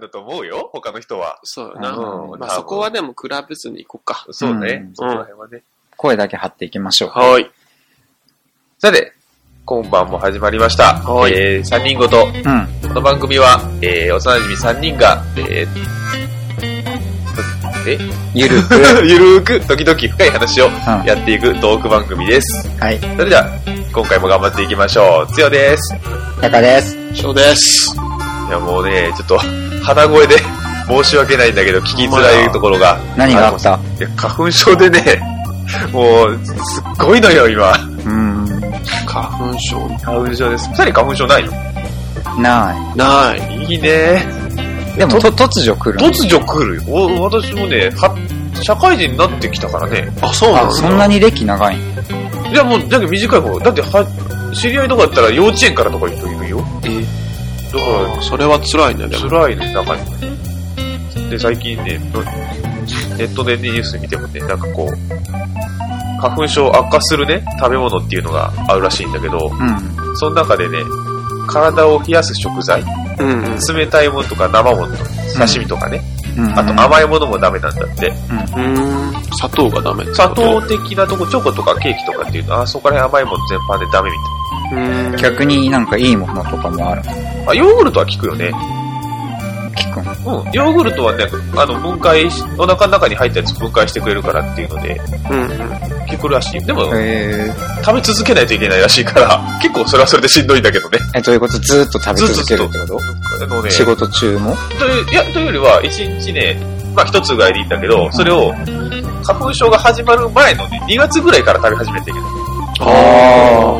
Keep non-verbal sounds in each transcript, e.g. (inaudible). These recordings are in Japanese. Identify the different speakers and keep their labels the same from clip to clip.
Speaker 1: だと思うよ、他の人は。
Speaker 2: そうよな。
Speaker 1: うん
Speaker 2: まあ
Speaker 1: 多分
Speaker 2: そこはでも比べずに行こうか。
Speaker 1: そうね。
Speaker 3: うん
Speaker 1: そこら辺はね。
Speaker 3: 声だけ張っていきましょう。
Speaker 2: はい。
Speaker 1: さて、今晩も始まりました。
Speaker 2: はい
Speaker 1: えー、3人ごと。
Speaker 3: うん。
Speaker 1: この番組は、えー、幼馴染3人が、えー、え
Speaker 3: ゆるく。う
Speaker 1: (laughs) ゆるーく、時々深い話を
Speaker 3: ん。
Speaker 1: やっていくトーク番組です。
Speaker 3: はい。
Speaker 1: それでは、今回も頑張っていきましょう。つよです。
Speaker 3: タカです。
Speaker 2: 翔です。
Speaker 1: いや、もうね、ちょっと、鼻声で (laughs) 申し訳ないんだけど、聞きづらいところが。
Speaker 3: 何があっ
Speaker 1: の
Speaker 3: た
Speaker 1: いや、花粉症でね、 (laughs) もう、すっごいのよ、今。
Speaker 3: うん。
Speaker 2: 花粉症
Speaker 1: 花粉症です。二人花粉症ないの
Speaker 3: な
Speaker 2: ない。
Speaker 1: いいね。
Speaker 3: い。でも、と突如来るの。
Speaker 1: 突如来るよ。お私もね、は、社会人になってきたからね。
Speaker 2: あ、そうなん
Speaker 3: あ、
Speaker 2: だ。
Speaker 3: そんなに歴長いん
Speaker 1: いや、もう、だけど短い方。だって、は、知り合いとかだったら幼稚園からとか言うといるよ。
Speaker 2: え
Speaker 1: だから、
Speaker 2: それは辛いね、でも。
Speaker 1: 辛いね、なんかね。で、最近ね、のネットでニュース見てもね、なんかこう、花粉症悪化するね、食べ物っていうのがあるらしいんだけど、
Speaker 3: うん。
Speaker 1: その中でね、体を冷やす食材、
Speaker 2: うんうん。
Speaker 1: 冷たいものとか生ものとか、刺身とかね、
Speaker 3: うん。
Speaker 1: あと甘いものもダメなんだって。
Speaker 2: うーん。砂糖がダメ。
Speaker 1: 砂糖的なとこ、チョコとかケーキとかっていうのは、あそこら辺甘いもの全般でダメみ
Speaker 2: うーん。
Speaker 3: 逆になんかいいものとかもある。
Speaker 1: たいな。あ、ヨーグルトは効くよね。
Speaker 3: 聞くん。
Speaker 1: うん。ヨーグルトはね、あの、分解し、お腹の中に入ったやつ分解してくれるからっていうので、
Speaker 2: うんうん。
Speaker 1: 効くらしい。でも、
Speaker 3: え
Speaker 1: 食べ続けないといけないらしいから、 (laughs) 結構それはそれでしんどいんだけどね。
Speaker 3: え、どういうことずーっと食べ続けるってこ
Speaker 1: あのね
Speaker 3: と、仕事中も
Speaker 1: といういや、というよりは、一日ね、まあ一つぐらいでいいんだけど、それを、花粉症が始まる前のね、2月ぐらいから食べ始めてる
Speaker 3: あ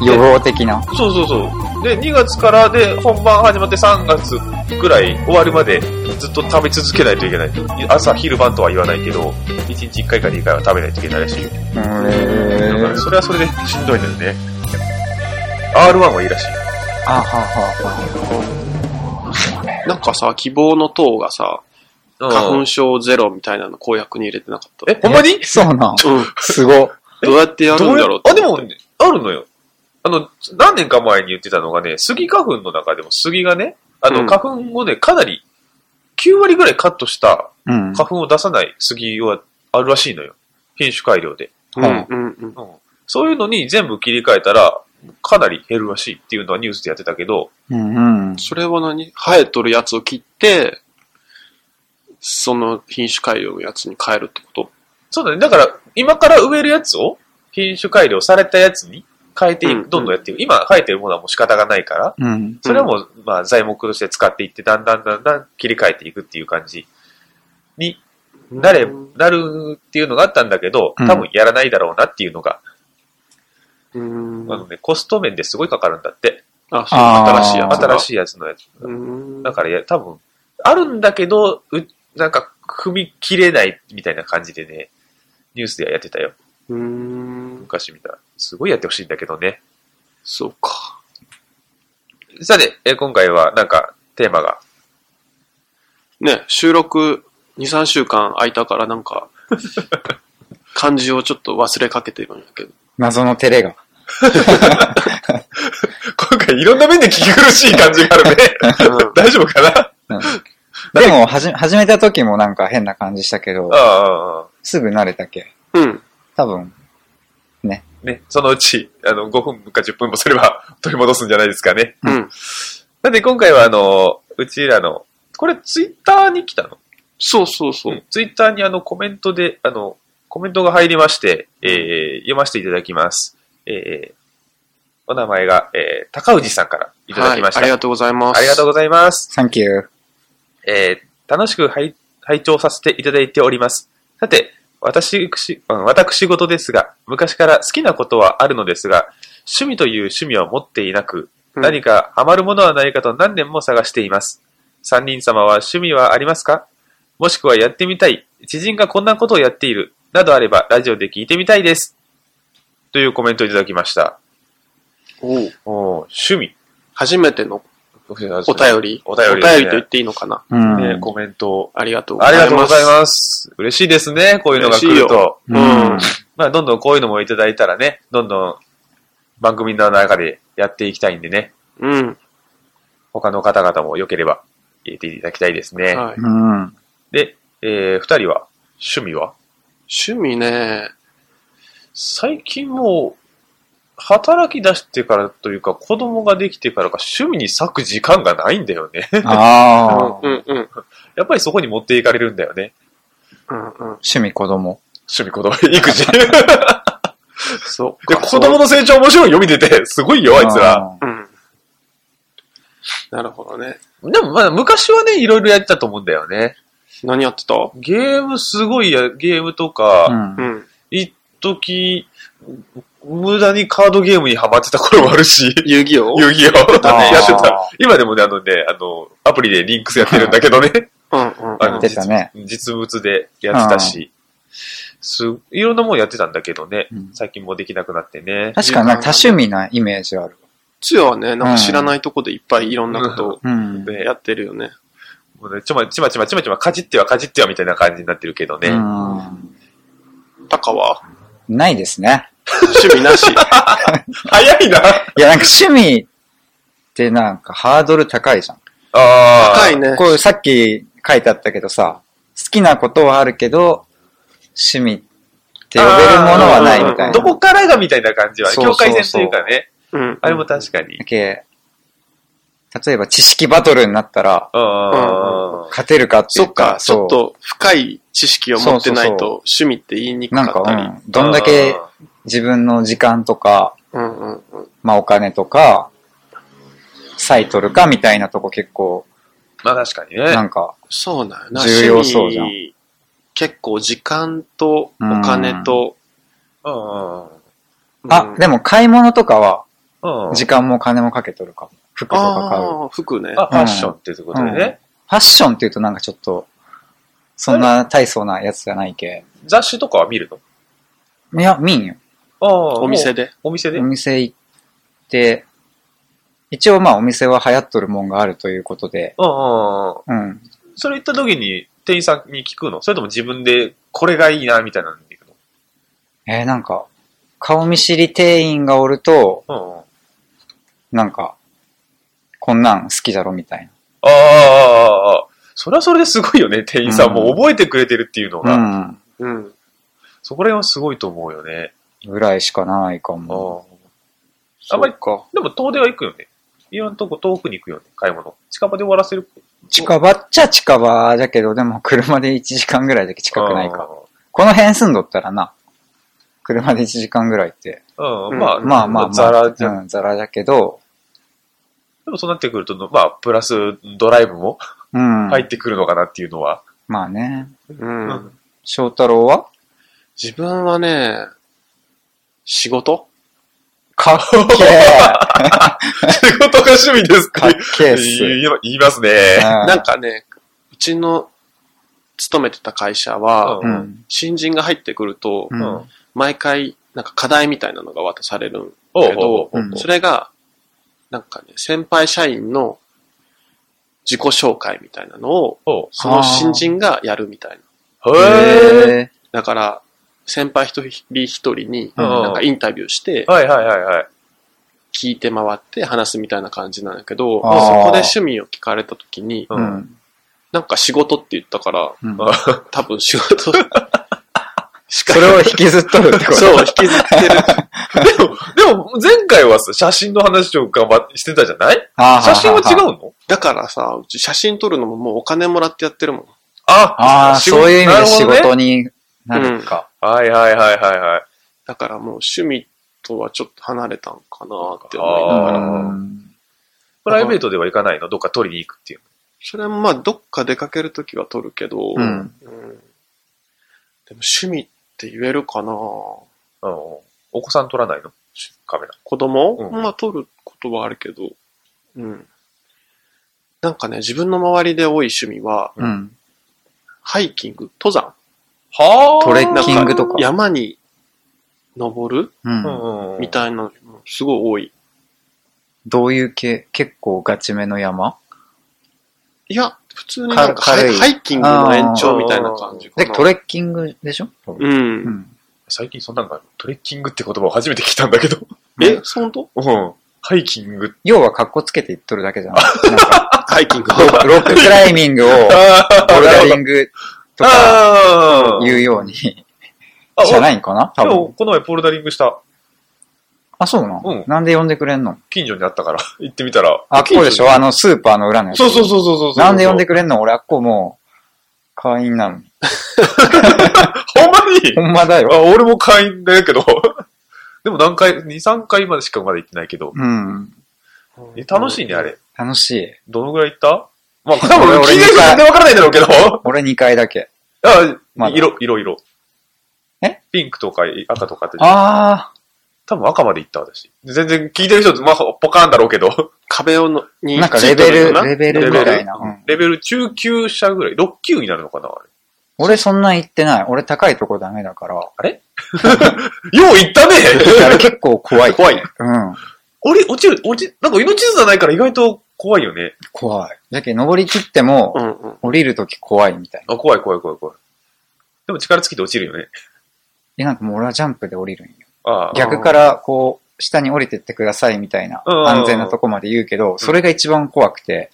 Speaker 1: で
Speaker 3: 予防的な。
Speaker 1: そうそうそう。で、2月からで、本番始まって3月ぐらい終わるまで、ずっと食べ続けないといけない。朝、昼、晩とは言わないけど、1日1回か2回は食べないといけないらしいよ。
Speaker 3: え
Speaker 1: だから、
Speaker 3: ー、
Speaker 1: それはそれでしんどいのよね。R1 はいいらしい。
Speaker 3: あはは
Speaker 2: なんかさ、希望の党がさ、花粉症
Speaker 1: 症。
Speaker 2: ゼロみたいなの公約に入れてなかった。
Speaker 1: え、ほんまに
Speaker 3: は。そうな
Speaker 2: う
Speaker 3: ん。
Speaker 2: ん。
Speaker 3: すご。
Speaker 2: どうやってやるんだろうって
Speaker 1: あ、でも、あるのよ。あの、何年か前に言ってたのがね、杉花粉の中でも杉がね、あ
Speaker 2: うん
Speaker 1: の、花粉をね、かなり、9割ぐらいカットした
Speaker 3: うん。
Speaker 1: 花粉を出さない杉はあるらしいのよ。品種改良で。
Speaker 2: うんうんうん。
Speaker 1: うん。そういうのに全部切り替えたら、かなり減るらしいっていうのはニュースでやってたけど、
Speaker 3: うんうん。
Speaker 2: それは何生えとるやつを切って、その品種改良のやつに変えるってこ
Speaker 1: そうだね。だから、今から植えるやつを、品種改良されたやつに変えていく、
Speaker 2: うん
Speaker 1: どんどんやっていく。今生えてるものはもう仕方がないから、
Speaker 3: うん。
Speaker 1: それはもう、まあ、材木として使っていって、だんだんだんだん切り替えていくっていう感じに
Speaker 2: と
Speaker 1: なれ、なるっていうのがあったんだけど、多分やらないだろうなっていうのが、
Speaker 2: うん。
Speaker 1: あのね、コスト面ですごいかかるんだって。
Speaker 2: あ、そう、
Speaker 3: あー
Speaker 2: 新しいやつが。
Speaker 1: 新
Speaker 2: い。
Speaker 1: しいやつのやつ。
Speaker 2: うん。
Speaker 1: だからいや、多分、あるんだけど、うなんか、踏み切れないみたいな感じでね、ニュースではやってたよ。
Speaker 2: うん。
Speaker 1: 昔見た。すごいやってほしいんだけどね。
Speaker 2: そうか。
Speaker 1: さて、え今回はなんか、テーマが。
Speaker 2: ね、収録2、3週間空いたからなん
Speaker 1: (laughs)
Speaker 2: か、漢字をちょっと忘れかけてるんやけど。
Speaker 3: 謎の照れが。
Speaker 1: 今回いろんな面で聞き苦しい感じがあるね。
Speaker 2: うん
Speaker 1: (laughs) 大丈夫かな
Speaker 3: でも、はじ、始めた時もなんか変な感じしたけど
Speaker 1: あ、あああ、
Speaker 3: すぐ慣れたけ。
Speaker 2: うん。
Speaker 3: 多分。
Speaker 1: ね、そのうち、あの、5分か10分もすれば (laughs) 取り戻すんじゃないですかね。
Speaker 2: うん。
Speaker 1: なんで今回はあの、うちらの、これツイッターに来たの
Speaker 2: そうそうそう。
Speaker 1: ツイッターにあのコメントで、あの、コメントが入りまして、えー、読ませていただきます。えー、お名前が、えー、高氏さんからいただきました。
Speaker 2: はい、ありがとうございます。
Speaker 1: ありがとうございます。
Speaker 3: サンキュー。
Speaker 1: えー楽しく拝拝聴させていただいております。さて、私くし、うん私事ですが、昔から好きなことはあるのですが、趣味という趣味は持っていなく、
Speaker 2: うん
Speaker 1: 何かハマるものはないかと何年も探しています。三人様は趣味はありますかもしくはやってみたい、知人がこんなことをやっている、などあればラジオで聞いてみたいです。というコメントをいただきました。
Speaker 2: おう
Speaker 1: おー趣味。
Speaker 2: 初めての
Speaker 1: お便
Speaker 2: お便り。
Speaker 1: お便り
Speaker 2: お
Speaker 1: ですね
Speaker 2: 便りと言っていいのかな。
Speaker 3: うん。
Speaker 1: ね、コメントを
Speaker 2: ありがとうござ
Speaker 1: あ
Speaker 2: い
Speaker 1: り
Speaker 2: ます。
Speaker 1: がとうございます。嬉しいですね、こういうのが来る
Speaker 2: 嬉しい
Speaker 1: と。
Speaker 3: う
Speaker 2: うん
Speaker 3: ん。
Speaker 1: まあ、どんどんこういうのもいただいたらね、どんどん番組の中でやっていきたいんでね、
Speaker 2: うん。
Speaker 1: 他の方々も良ければ、え入れていただきたいですね。
Speaker 2: はい。
Speaker 3: うん。
Speaker 1: で、えー、二人は、趣味は
Speaker 2: 趣味ね、
Speaker 1: 最近もう、働き出してからというか、子供ができてからか、趣味に割く時間がないんだよね。 (laughs)
Speaker 2: う
Speaker 3: あ
Speaker 2: ん
Speaker 3: あ。
Speaker 2: うんうん。
Speaker 1: やっぱりそこに持っていかれるんだよね。
Speaker 2: うんうん。
Speaker 3: 趣味子供。
Speaker 1: 趣味、子供、育
Speaker 2: (laughs)
Speaker 1: 児。
Speaker 2: そう
Speaker 1: で、
Speaker 2: か。
Speaker 1: 子供の成長面白いよ、見てて。すごいよ、あいつら。
Speaker 3: あー
Speaker 2: そう。うん。なるほどね。
Speaker 1: でも、まあ、昔はね、いろいろやってたと思うんだよね。
Speaker 2: 何やってたう
Speaker 1: ゲームすごいや、ゲームとか、
Speaker 3: うん。
Speaker 2: ん。
Speaker 1: 一時、無駄にカードゲームにハマってた頃もあるし、 (laughs)
Speaker 2: 遊戯王
Speaker 1: 遊戯王
Speaker 3: あー
Speaker 1: やってた。今でもね、あのね、あの、アプリでリンクスやってるんだけどね。 (laughs)
Speaker 2: うんうん
Speaker 1: あ
Speaker 2: う
Speaker 1: の
Speaker 2: ん
Speaker 3: 出。たね。
Speaker 1: 実物でやってたし、す、いろんなもんやってたんだけどね、
Speaker 3: うん
Speaker 1: 最近もうできなくなってね。
Speaker 3: 確かになんか多趣味なイメージある。
Speaker 2: つやはね、なんか知らないとこでいっぱいいろんなことを
Speaker 3: うん。
Speaker 1: ね
Speaker 2: やってるよね。
Speaker 1: もうねちょまちまちまちまちまかじってはかじってはみたいな感じになってるけどね。
Speaker 3: うん
Speaker 2: タカは
Speaker 3: ないですね。
Speaker 2: 趣味なし。
Speaker 3: (laughs)
Speaker 1: 早いな
Speaker 3: いや、なんか趣味ってなんかハードル高いじゃん。
Speaker 1: あ
Speaker 2: 高い
Speaker 1: ね。
Speaker 2: ね。
Speaker 3: (laughs) こうさっき書いてあったけどさ、好きなことはあるけど、趣味って呼べるものはないみたいな。
Speaker 2: あー
Speaker 1: どこからがみたいな感じは、
Speaker 3: そ
Speaker 1: 境
Speaker 3: うそうそう
Speaker 1: 界線というかね。
Speaker 2: うん。
Speaker 1: あれも確かに
Speaker 3: だ。け例えば知識バトルになったら、
Speaker 1: あ
Speaker 3: 勝てるかってい
Speaker 2: そうっか、ちょっ
Speaker 3: そう
Speaker 2: と深い知識を持ってない
Speaker 3: そうそう
Speaker 2: と趣味って言いにく
Speaker 3: なん
Speaker 2: か
Speaker 3: か、
Speaker 2: ったり。
Speaker 3: うん、どんだけ自分の時間とか、
Speaker 2: うんうんうん。
Speaker 3: まあお金とか、さえ取るかみたいなとこ結構、
Speaker 1: まあ確かにね。
Speaker 3: なんか、
Speaker 2: そうだよな。
Speaker 3: 重要そうじゃん
Speaker 2: 趣味結構時間とお金と、
Speaker 1: うんうんうん
Speaker 3: あ、で
Speaker 2: も、
Speaker 3: も買い物とかは、
Speaker 1: うん
Speaker 3: 時間も金もかけとるかも。服とか買う。フ
Speaker 2: ああ、服ね。
Speaker 1: あ、ファッションっていうことでね。
Speaker 3: ァッションって言うとなんかちょっと、そんな大層なやつじゃないけ。
Speaker 1: 雑誌とかは見るの
Speaker 3: いや、見んよ。
Speaker 1: ああ
Speaker 2: お店。で。
Speaker 1: お店で
Speaker 3: お。店行って、一応まあお店は流行っとるもんがあるということで、
Speaker 1: うんうんうん
Speaker 3: うん。
Speaker 1: それ行った時に店員さんに聞くのそれとも自分でこれがいいな、みたいなので行く
Speaker 3: えーなんか、顔見知り店員がおると、
Speaker 1: のうんうん。
Speaker 3: なんか、こんなん好きじゃろみたい
Speaker 1: ああああ、ああ、それはそれですごいよね、店員さん。
Speaker 3: うん
Speaker 1: もう覚えてくれてるっていうのが。
Speaker 3: な。うん。
Speaker 2: うん。
Speaker 1: そこら辺はすごいと思うよね。
Speaker 3: ぐらいしかないか
Speaker 1: あ
Speaker 3: も。
Speaker 1: ああんまり
Speaker 2: そうか。
Speaker 1: でも遠出は行くよね。いろんなとこ遠くに行くよね、買い物。近場で終わらせる。
Speaker 3: 近場っちゃ近場だけど、でも (laughs) 車で1時間ぐらいだけ近くないか。この辺住んどったらな、車で1時間ぐらいって、
Speaker 1: ああ。う、
Speaker 2: うんん
Speaker 1: まあ、
Speaker 3: まあまあまあ、
Speaker 1: ザラじゃん。
Speaker 3: うん、ザラだけど、
Speaker 1: でもそうなってくると、まあ、プラスドライブも
Speaker 3: うん。
Speaker 1: 入ってくるのかなっていうのは。
Speaker 3: まあね。
Speaker 2: うん。
Speaker 3: 翔太郎は
Speaker 2: 自分はね、仕事
Speaker 3: かっけー
Speaker 1: 仕事が趣味ですって
Speaker 3: かっけーっす。
Speaker 1: 言い言いますね。
Speaker 3: な
Speaker 2: なん、かね、うちの勤めてた会社は、
Speaker 1: う
Speaker 3: うんん。
Speaker 2: 新人が入ってくると、
Speaker 3: う
Speaker 1: うん
Speaker 3: ん。
Speaker 2: 毎回、なんか課題みたいなのが渡されるん
Speaker 1: お
Speaker 2: け
Speaker 1: うおう
Speaker 2: ど
Speaker 1: おう
Speaker 3: う、ん
Speaker 2: それが、なんかね、先輩社員の自己紹介みたいなのを、
Speaker 1: おう
Speaker 2: その新人がやるみたいな。
Speaker 1: へえ。
Speaker 3: へ
Speaker 2: だから、先輩一人一人に、
Speaker 3: うん
Speaker 2: なんかインタビューして、
Speaker 1: はいはいはいはい。 (laughs)
Speaker 2: 聞いて回って話すみたいな感じなんだけど、そ
Speaker 3: あー
Speaker 2: こで趣味を聞かれた時に、
Speaker 1: う
Speaker 3: ー。
Speaker 1: ん
Speaker 3: うん。
Speaker 2: なんか仕事って言ったから、
Speaker 3: うん
Speaker 1: あ
Speaker 2: 多分仕事しか
Speaker 3: それを引きずっとるってこと
Speaker 2: そう、引きずってる。
Speaker 1: でも、でも前回はさ、写真の話を頑張ってしてたじゃない
Speaker 3: あー
Speaker 1: 写真は違う
Speaker 3: は
Speaker 1: の
Speaker 2: だからさ、うち写真撮るのももうお金もらってやってるもん。
Speaker 1: あ
Speaker 3: ああ、
Speaker 1: 仕事
Speaker 3: そういう意味で仕
Speaker 1: なるほど
Speaker 3: 事
Speaker 1: ね
Speaker 3: になるか。
Speaker 1: はいはいはいはいはい。
Speaker 2: だからもう趣味とはちょっと離れたんかなって
Speaker 3: う
Speaker 2: 思
Speaker 1: あ
Speaker 2: い
Speaker 1: ー
Speaker 2: ながら。
Speaker 3: ん。
Speaker 1: プライベートでは行かないのどっか取りに行くっていう。
Speaker 2: それもまあどっか出かけるときは撮るけど、
Speaker 3: うん
Speaker 2: でも趣味って言えるかな子
Speaker 1: うん。お子さん撮らないのカメラ。
Speaker 2: 供、
Speaker 1: うん
Speaker 2: まあ撮ることはあるけど、うん。なんかね、自分の周りで多い趣味は、
Speaker 3: うん。
Speaker 2: ハイキング、登山、
Speaker 1: は
Speaker 3: トレッキングとか
Speaker 2: 山に登る
Speaker 3: うん
Speaker 1: うんうん。
Speaker 2: みたいなのもすごい多い。
Speaker 3: どういう系結構ガチめの山
Speaker 2: いや、普通になんか
Speaker 3: か
Speaker 2: ハ
Speaker 3: 軽
Speaker 2: イ
Speaker 3: い
Speaker 2: ハイキングの延長みたいな感じか
Speaker 3: で、
Speaker 2: な。
Speaker 3: トレッキングでしょ
Speaker 2: う。
Speaker 3: うんん。
Speaker 1: 最近そんなのがあるトレッキングって言葉を初めて聞いたんだけど。
Speaker 2: え、本当
Speaker 1: うん。ハイキング。
Speaker 3: 要は格好つけて言っとるだけじゃん。なんか、
Speaker 2: ハイキング。
Speaker 3: ロッククライミ
Speaker 1: (laughs)
Speaker 3: ングを、
Speaker 1: あ
Speaker 3: ボルダリングとか
Speaker 1: あー
Speaker 3: 言うように、じ
Speaker 1: あ
Speaker 3: ゃないんかな多
Speaker 1: 今日
Speaker 3: 分。
Speaker 1: この前ボルダリングした
Speaker 3: あ、そうな
Speaker 1: うん
Speaker 3: のなんで呼んでくれんの
Speaker 1: 近所にあったから行ってみたら。
Speaker 3: あっこでしょあの、スーパーの裏のやつ。
Speaker 1: そうそうそうそうそうそう。
Speaker 3: なんで呼んでくれんの俺あっこもう、会員なのに。
Speaker 1: ほんまに
Speaker 3: ほんまだよ。
Speaker 1: あ、俺も会員だけど。でも何回、2、3回までしかまだ行ってないけど。
Speaker 3: うん。
Speaker 1: え楽しいね、あれ。。
Speaker 3: 楽しい。
Speaker 1: どのぐらい行ったまあ、多分、
Speaker 3: 俺
Speaker 1: 聞いてる人全然わからないだろうけど。
Speaker 3: 俺2回だけ。ま
Speaker 1: あ、
Speaker 3: だ
Speaker 1: 色、色、色。
Speaker 3: え
Speaker 1: ピンクとか赤とかって。
Speaker 3: あ
Speaker 1: 多分赤まで行った、私。全然聞いてる人、まあ、ポカーンだろうけど。 (laughs)
Speaker 2: 壁をの、に
Speaker 3: あ、なんかレベル、
Speaker 2: つい
Speaker 3: レ
Speaker 2: て
Speaker 3: ベ
Speaker 2: る
Speaker 3: ル
Speaker 2: の
Speaker 3: み
Speaker 2: か
Speaker 3: たいな。うん
Speaker 1: レベル中級者ぐらい。6級になるのかな、あ
Speaker 3: 俺そんな行ってない。俺高いとこダメだから。
Speaker 1: (laughs) れ。よう行ったね
Speaker 3: あれ結構怖い。
Speaker 2: 怖いね。
Speaker 3: うん。
Speaker 1: 俺、落ちる、落ち、なんか命綱ないから意外と怖いよね。
Speaker 3: 怖い。じゃけ登り切っても
Speaker 2: う、んうん。
Speaker 3: 降りるとき怖いみたいな。
Speaker 1: あ、怖い怖い怖い怖い。でも力尽きて落ちるよね。
Speaker 3: え、なんかもう俺はジャンプで降りるんよ。
Speaker 1: ああ。
Speaker 3: 逆からこう、下に降りてってくださいみたいな、
Speaker 1: うん
Speaker 3: 安全なとこまで言うけど、それが一番怖くて。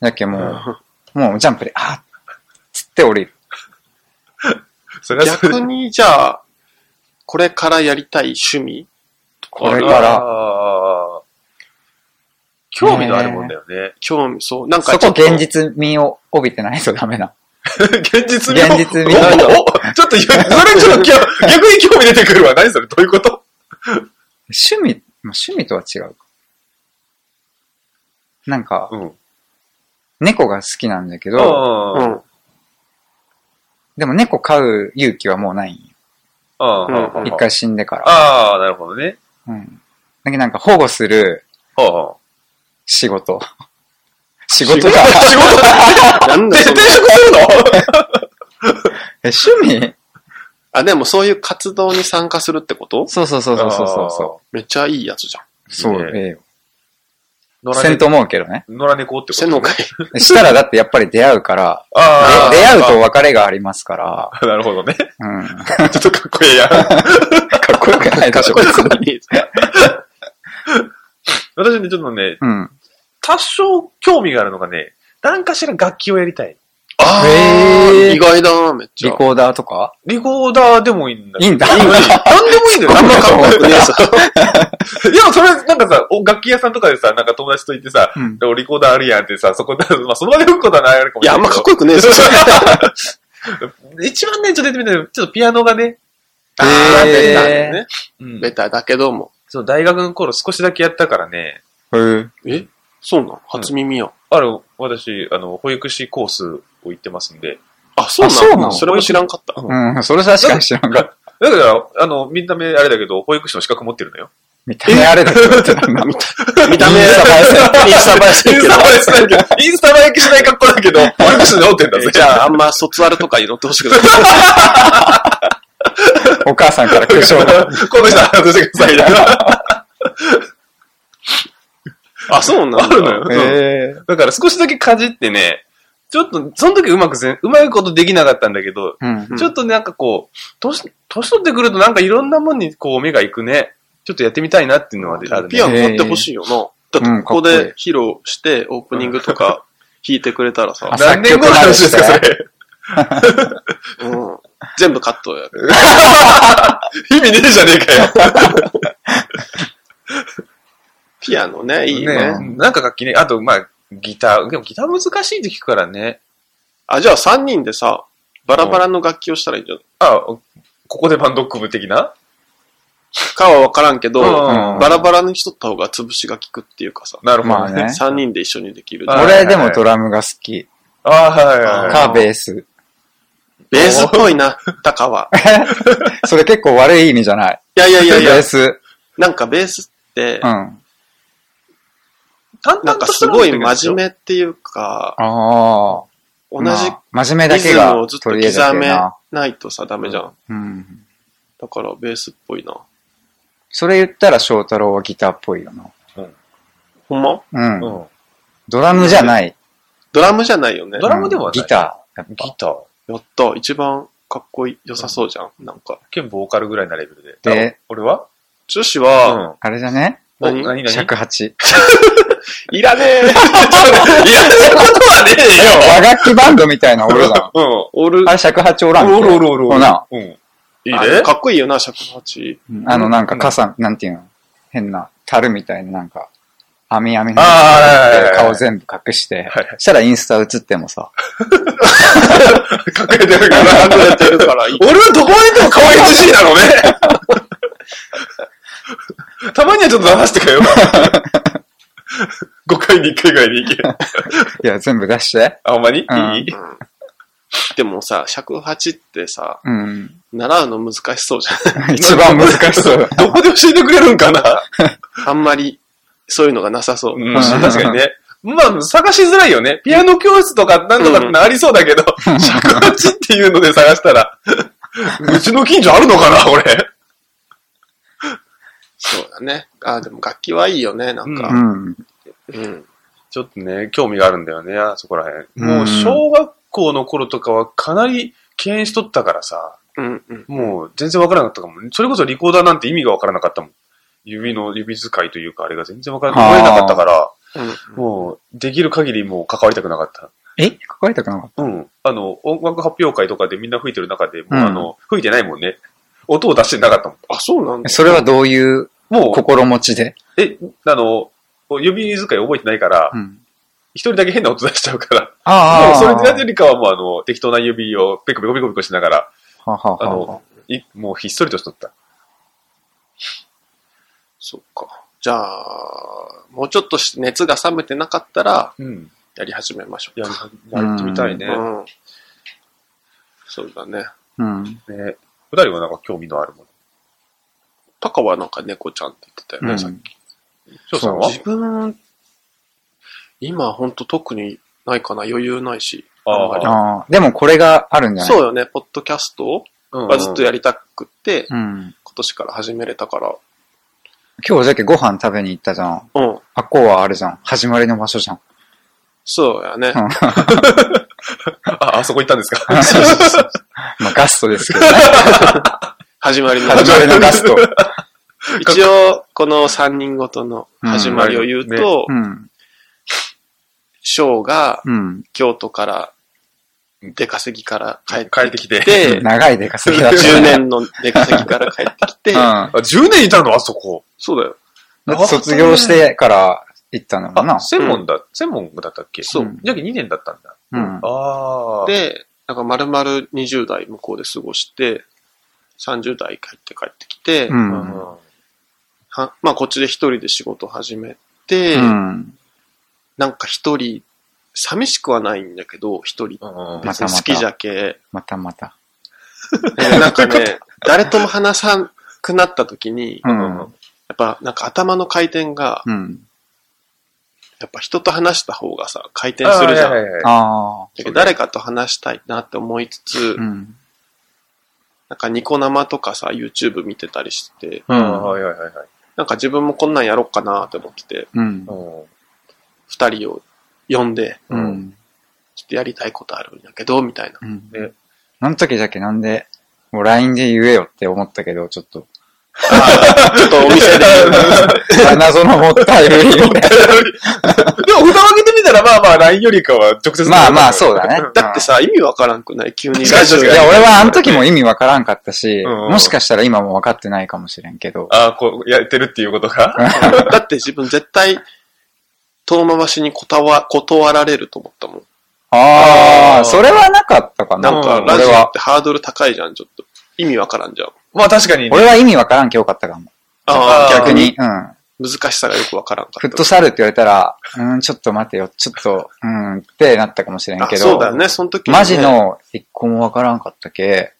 Speaker 3: だけもう、もうジャンプで、あっつって降りる。
Speaker 1: それはそれで
Speaker 2: 逆に、じゃあ、これからやりたい趣味とか
Speaker 3: こ
Speaker 2: あ
Speaker 3: れ
Speaker 2: る
Speaker 3: から
Speaker 1: あー興味のあるもんだよね。
Speaker 2: 興味、そう。なんか
Speaker 3: そ
Speaker 2: ち
Speaker 3: こ
Speaker 2: ょっと
Speaker 3: 現実味を帯びてないとダメな。
Speaker 1: 現実味を
Speaker 3: 現実味を
Speaker 1: おおおちょっと、それちょっとき
Speaker 3: (laughs)
Speaker 1: ょ逆に興味出てくるわ。何それどういうこと
Speaker 3: 趣味、まあ趣味とは違うか。なんか、
Speaker 1: うん。
Speaker 3: 猫が好きなんだけど、
Speaker 2: う
Speaker 1: あ
Speaker 2: ん。
Speaker 3: でも猫飼う勇気はもうないんよ。
Speaker 1: あ
Speaker 2: うん
Speaker 3: 一。回死んでから。
Speaker 1: ああ、なるほどね。
Speaker 3: うん。だけどなんか保護する
Speaker 1: はあは
Speaker 3: 仕事。仕事
Speaker 1: あ。
Speaker 3: が、
Speaker 1: 仕事
Speaker 3: (laughs)
Speaker 2: なんだ
Speaker 1: で
Speaker 2: そ
Speaker 1: 転
Speaker 2: の
Speaker 1: 職するの
Speaker 3: え趣味
Speaker 2: あ、でもそういう活動に参加するってこと
Speaker 3: そうそうそうそうそうそうそ
Speaker 2: めっちゃいいやつじゃん。
Speaker 3: う。そう
Speaker 1: いい、ね
Speaker 3: ええよ。
Speaker 1: 野良
Speaker 3: せん
Speaker 1: 猫
Speaker 3: と思うけどね。
Speaker 1: 野良猫ってこ
Speaker 2: せ
Speaker 1: と
Speaker 2: んのかい。
Speaker 3: でしたらだってやっぱり出会う (laughs) から、で
Speaker 1: ああ。
Speaker 3: 出会うと別れがありますから、
Speaker 1: と。なるほどね。 (laughs)
Speaker 3: うん。
Speaker 1: ちょっとかっこいい
Speaker 3: (laughs)
Speaker 1: やん。
Speaker 3: かっこよくないでしょ。別に
Speaker 1: 私ね、ちょっとね、
Speaker 3: うん。
Speaker 1: 多少興味があるのがね、何かしら楽器をやりたい。
Speaker 2: (laughs) あ
Speaker 3: へ
Speaker 2: ー、
Speaker 3: ー
Speaker 2: 意外だな、めっちゃ。
Speaker 3: リコーダーとか
Speaker 1: リコーダーでもいいんだ
Speaker 3: いいんだ。
Speaker 1: なんでもいいんだ
Speaker 3: (laughs)
Speaker 1: よ。
Speaker 2: あんまかっこよくねえぞ。
Speaker 1: いや、それ、なんかさ、お楽器屋さんとかでさ、なんか友達と行ってさ、
Speaker 3: うん
Speaker 1: でおリコーダーあるやんってさ、そこで、まあ、その場で吹くことはないあるかも
Speaker 2: い
Speaker 1: しれ
Speaker 2: や、
Speaker 1: な
Speaker 2: あんま
Speaker 1: いけど。
Speaker 2: かっこよくねえぞ。
Speaker 1: 一番ね、ちょっと言ってみたら、ちょっとピアノがね、
Speaker 2: あー、ベタだね。
Speaker 1: うん
Speaker 2: ベタだけども。
Speaker 1: そう、大学の頃少しだけやったからね、
Speaker 3: へえ。
Speaker 2: えそうなの初耳や。
Speaker 1: ある、私、あの、保育士コースを行ってますんで、
Speaker 2: あ、そう
Speaker 3: あそう
Speaker 2: な
Speaker 3: なの
Speaker 2: のそれも知らんかった。
Speaker 3: うん、それ確かに知ら (laughs) ん
Speaker 1: だ
Speaker 3: が。
Speaker 1: から、あの、見た目あれだけど、保育士の資格持ってるのよ。
Speaker 3: 見た目あれだけどってなんだ。
Speaker 2: 見た目、イン
Speaker 3: インスタ映
Speaker 2: スタ映えして
Speaker 1: イン
Speaker 2: るけ
Speaker 1: ス
Speaker 2: ど
Speaker 1: タ映えしないけど、インスタ映えしない格好だけど、保育士で持ってんだ
Speaker 2: え
Speaker 1: ぜ。
Speaker 2: じゃあ、あんま卒アルとかに乗ってほしくない。
Speaker 3: お母さんから
Speaker 1: こ
Speaker 3: 苦笑 (laughs) が。
Speaker 1: の人は外してくださいな。
Speaker 2: (laughs) あ、そうな
Speaker 1: あるのよ。
Speaker 3: え
Speaker 1: だから少しだけかじってね、ちょっと、その時うまくぜん、うまいことできなかったんだけど、
Speaker 3: え。うん。
Speaker 2: うん
Speaker 1: ちょっとなんかこう、年、年取ってくるとなんかいろんなもんにこう目が行くね。ちょっとやってみたいなっていうのはある
Speaker 2: ピ
Speaker 1: ね
Speaker 2: ア。ノ持ってほしいよな。だって、ここで披露して、オープニングとか弾いてくれたらさ
Speaker 3: あ、
Speaker 1: 何年後の話ですか、それ。
Speaker 2: うん全部カットやる。
Speaker 1: 意味ねえじゃねえかよ。
Speaker 2: ピアノね、いいね。
Speaker 3: ね
Speaker 1: なんか楽器ね。あと、まあ、ギター。でもギター難しいって聞くからね。
Speaker 2: あ、じゃあ3人でさ、バラバラの楽器をしたらいいんじゃない
Speaker 1: あ、ここでバンド組む的な
Speaker 2: かはわからんけど、
Speaker 1: うん
Speaker 2: バラバラにしとった方が潰しが効くっていうかさ、
Speaker 1: なるほど
Speaker 3: まあね
Speaker 2: 3人で一緒にできる。
Speaker 1: あ
Speaker 3: 俺でもドラムが好き。
Speaker 1: あはいはいはい。
Speaker 3: か、ベース。
Speaker 2: ベースっぽいな、タカは。
Speaker 3: それ結構悪い意味じゃない。
Speaker 2: (laughs) いやいやい
Speaker 3: ベ
Speaker 2: やいや
Speaker 3: ー、ス。
Speaker 2: なんかベースって
Speaker 3: うん。、あ
Speaker 1: 淡々
Speaker 2: なん
Speaker 1: と
Speaker 2: か
Speaker 1: し
Speaker 2: す
Speaker 1: てる
Speaker 2: ごい
Speaker 1: んです
Speaker 2: 真
Speaker 1: よ
Speaker 2: 面目っていうか、
Speaker 3: あ。
Speaker 2: 同
Speaker 3: ま
Speaker 2: じ
Speaker 3: あ真面目だ
Speaker 2: リ
Speaker 3: け
Speaker 2: ズム
Speaker 3: が
Speaker 2: をずっと
Speaker 3: 取り入れだ
Speaker 2: 刻
Speaker 3: け
Speaker 2: め
Speaker 3: な。
Speaker 2: ないとさ、ダメじゃん。
Speaker 3: うん。
Speaker 2: だからベースっぽいな。
Speaker 3: それ言ったら翔太郎はギターっぽいよ
Speaker 2: ほんま
Speaker 3: な。うん。
Speaker 1: う
Speaker 3: ドラムじゃない。
Speaker 2: ドラムじゃないよね
Speaker 1: ド。ラムでもない
Speaker 3: うんギター。やっ
Speaker 1: ん。
Speaker 3: ぱ
Speaker 1: ギター
Speaker 2: やった、一番かっこいい、良さそうじゃん。なんか。
Speaker 1: 兼ボーカルぐらいなレベルで。
Speaker 3: で
Speaker 1: 俺は
Speaker 2: 女子は、
Speaker 3: あれじゃね
Speaker 1: 何何何
Speaker 3: 尺八。
Speaker 2: いら (laughs) ねえ
Speaker 1: いや、そういうことはね
Speaker 3: で
Speaker 1: (laughs)
Speaker 3: も和楽器バンドみたいな俺だ。
Speaker 1: えよ。
Speaker 2: オール
Speaker 3: あ、れ尺八おらん
Speaker 1: うん。おるおるおるお
Speaker 3: ほ
Speaker 1: る
Speaker 3: な。
Speaker 1: うん。いい
Speaker 2: あ
Speaker 1: ね
Speaker 2: の。かっこいいよな、尺八。
Speaker 3: あの、なんか、傘、なんていうの変な、樽みたいな、なんか、網網の
Speaker 1: あーはいはいはい
Speaker 3: 顔全部隠して
Speaker 1: はい、
Speaker 3: したらインスタ映ってもさ、
Speaker 1: 隠れてるか
Speaker 2: あ
Speaker 1: ら。
Speaker 2: やってるからいい。
Speaker 1: 俺はどこにいても可愛らしいだろうね。 (laughs) たまにはちょっと流してくれよ。5回に1回ぐらいに行け。
Speaker 3: (laughs) いや、全部出して。
Speaker 1: あ、ほんまに、
Speaker 3: うん
Speaker 1: いい
Speaker 2: うんでもさ、尺八ってさ、
Speaker 1: (laughs)
Speaker 3: うん。
Speaker 2: 習うの難しそうじゃない
Speaker 3: 一番難しそう。
Speaker 1: どこで教えてくれるんかな、
Speaker 2: あん (laughs) まり、そういうのがなさそう。
Speaker 1: うん、確かにね。まあ、探しづらいよね。ピアノ教室とかなんとかってのありそうだけど、尺八っていうので探したら、うちの近所あるのかな、俺。
Speaker 2: そうだね。あ、でも楽器はいいよね、なん
Speaker 3: う
Speaker 2: か。
Speaker 3: ん。
Speaker 2: うん。
Speaker 1: ちょっとね、興味があるんだよね、あそこらへん。
Speaker 3: うん
Speaker 1: もう、小学校の頃とかはかなり敬遠しとったからさ、
Speaker 2: うん。うん。
Speaker 1: もう全然わからなかったかも。それこそリコーダーなんて意味がわからなかったもん。指の、指使いというか、あれが全然わからな
Speaker 3: あー
Speaker 1: 覚えなかったから、
Speaker 2: うん
Speaker 1: もう、できる限りもう関わりたくなかった。
Speaker 3: え書かれたくなかっ
Speaker 1: うん。あの、音楽発表会とかでみんな吹いてる中で、もう、
Speaker 3: うん
Speaker 1: あの、吹いてないもんね。音を出してなかったも。
Speaker 2: あ、そうなん
Speaker 3: た
Speaker 2: だ。
Speaker 3: それはどういうん
Speaker 1: もう、
Speaker 3: 心持ちで
Speaker 1: え、あの、指使い覚えてないから、
Speaker 3: うん。
Speaker 1: 一人だけ変な音出しちゃうから、で
Speaker 3: あ
Speaker 1: も
Speaker 3: あ。
Speaker 1: それよりかはもうあの、適当な指をペコペコペコペコしながら、
Speaker 3: ははは
Speaker 1: あ
Speaker 3: は
Speaker 1: の、いもうひっそりとしとった。
Speaker 2: そっか。じゃあ、もうちょっとし熱が冷めてなかったら、
Speaker 1: うん。
Speaker 2: やり始めましょう
Speaker 1: や
Speaker 2: か。
Speaker 1: り、やってみたいね。ね
Speaker 2: うん。そうだね。
Speaker 3: うん。
Speaker 1: 二人はなんか興味のあるもの。
Speaker 2: タカはなんか猫ちゃんって言ってたよね、
Speaker 3: うん
Speaker 2: さっき。
Speaker 1: 翔さん
Speaker 3: あ
Speaker 1: は
Speaker 2: 自分、今ほんと特にないかな、余裕ないし。
Speaker 1: あ
Speaker 2: んまり
Speaker 3: ああ。でもこれがあるんじゃない
Speaker 2: そうよね、ポッドキャストはずっとやりたくって、
Speaker 3: うん。
Speaker 2: 今年から始めれたから。
Speaker 3: 今日じゃけご飯食べに行ったじゃん。
Speaker 2: うん。
Speaker 3: あっこうはあるじゃん。始まりの場所じゃん。
Speaker 2: そうやね。
Speaker 3: うん
Speaker 1: あ、あそこ行ったんですか
Speaker 3: まあガストですけど。
Speaker 2: 始まりの
Speaker 3: 始まりのガスト。 (laughs)
Speaker 2: 一応、この3人ごとの始まりを言うと
Speaker 3: う、ん。
Speaker 2: ショーが
Speaker 3: うん。
Speaker 2: 京都から、出稼ぎから帰って
Speaker 1: (laughs) 帰ってきて。
Speaker 2: きて、
Speaker 3: 長い出稼ぎだったね
Speaker 2: 10年の出稼ぎから帰ってきて、
Speaker 3: (laughs) うん
Speaker 1: あ、10年いたのあそこ。
Speaker 2: そうだよ。
Speaker 3: だって卒業してから行ったのかな
Speaker 1: あ、。専門だ、専門だったっけ
Speaker 2: そう
Speaker 3: うん
Speaker 1: じゃあ2年だったんだ。
Speaker 3: うん。
Speaker 1: ああ。、
Speaker 2: で、なんか丸々20代向こうで過ごして、30代帰って帰ってきて、
Speaker 3: う。
Speaker 1: うんん。
Speaker 2: はまあこっちで一人で仕事始めて、
Speaker 3: うん。
Speaker 2: なんか一人、寂しくはないんだけど、一人
Speaker 1: うん
Speaker 3: ま
Speaker 2: 別に好きじゃけ、
Speaker 3: またまた。
Speaker 2: ねなんか
Speaker 3: (laughs)
Speaker 2: ね、誰とも話さなくなった時に、
Speaker 3: う
Speaker 2: や
Speaker 3: ん。
Speaker 2: っぱなんか頭の回転が、
Speaker 3: うん。
Speaker 2: やっぱ人と話した方がさ、回転するじゃん。
Speaker 1: あーはいはいはい
Speaker 3: ああ。
Speaker 2: だけど誰かと話したいなって思いつつ、
Speaker 3: うん。
Speaker 2: なんかニコ生とかさ、YouTube 見てたりして、
Speaker 1: う
Speaker 3: う
Speaker 1: ん
Speaker 3: ん。
Speaker 1: はいはいはいはい。
Speaker 2: なんか自分もこんなんやろっかなって思ってて、
Speaker 3: うん。
Speaker 2: 二人を呼んで、
Speaker 3: う
Speaker 1: うん
Speaker 3: ん。
Speaker 2: ちょっとやりたいことあるんだけど、みたいな。
Speaker 3: うん
Speaker 1: ね。
Speaker 3: あの時だけなんで、もう LINE で言えよって思ったけど、ちょっと。 (laughs)
Speaker 2: ちょっとお店で。
Speaker 3: 謎のもったいぶりみたい
Speaker 1: (laughs) で
Speaker 3: な。
Speaker 1: も、蓋を開けてみたら、まあまあ、LINE よりかは直接の
Speaker 3: まあ
Speaker 1: 方が
Speaker 3: まあ、そうだね。
Speaker 2: だってさ、意味わからんくない急に
Speaker 1: 確か
Speaker 2: ラ
Speaker 1: に
Speaker 2: ジオ
Speaker 3: い
Speaker 2: で。
Speaker 3: や、俺はあの時も意味わからんかったし、
Speaker 1: うん
Speaker 3: もしかしたら今も分かってないかもしれんけど。
Speaker 1: (laughs) ああ、こう、やってるっていうことか。
Speaker 2: だって自分絶対、遠回しに断断られると思ったもん。
Speaker 3: あ
Speaker 1: あー
Speaker 3: あ、それはなかったかな。
Speaker 2: なんか、
Speaker 1: うん
Speaker 2: ラジ
Speaker 3: 俺
Speaker 2: オっ
Speaker 3: は、
Speaker 2: てハードル高いじゃん、ちょっと。意味わからんじゃん。
Speaker 1: (laughs) まあ確かに、ね。
Speaker 3: 俺は意味わからんけよかったかも。
Speaker 2: ああ、
Speaker 1: ー
Speaker 2: 逆
Speaker 3: 逆
Speaker 2: に
Speaker 3: に、うん。
Speaker 2: 難しさがよくわからんかった。
Speaker 3: フットサルって言われたら、うーん、ちょっと待てよ、ちょっと、うーん、ってなったかもしれん
Speaker 2: あ
Speaker 3: け
Speaker 2: そう
Speaker 3: ど、
Speaker 2: だよね、その時、ね、
Speaker 3: マジ。の一個もわからんかったけ、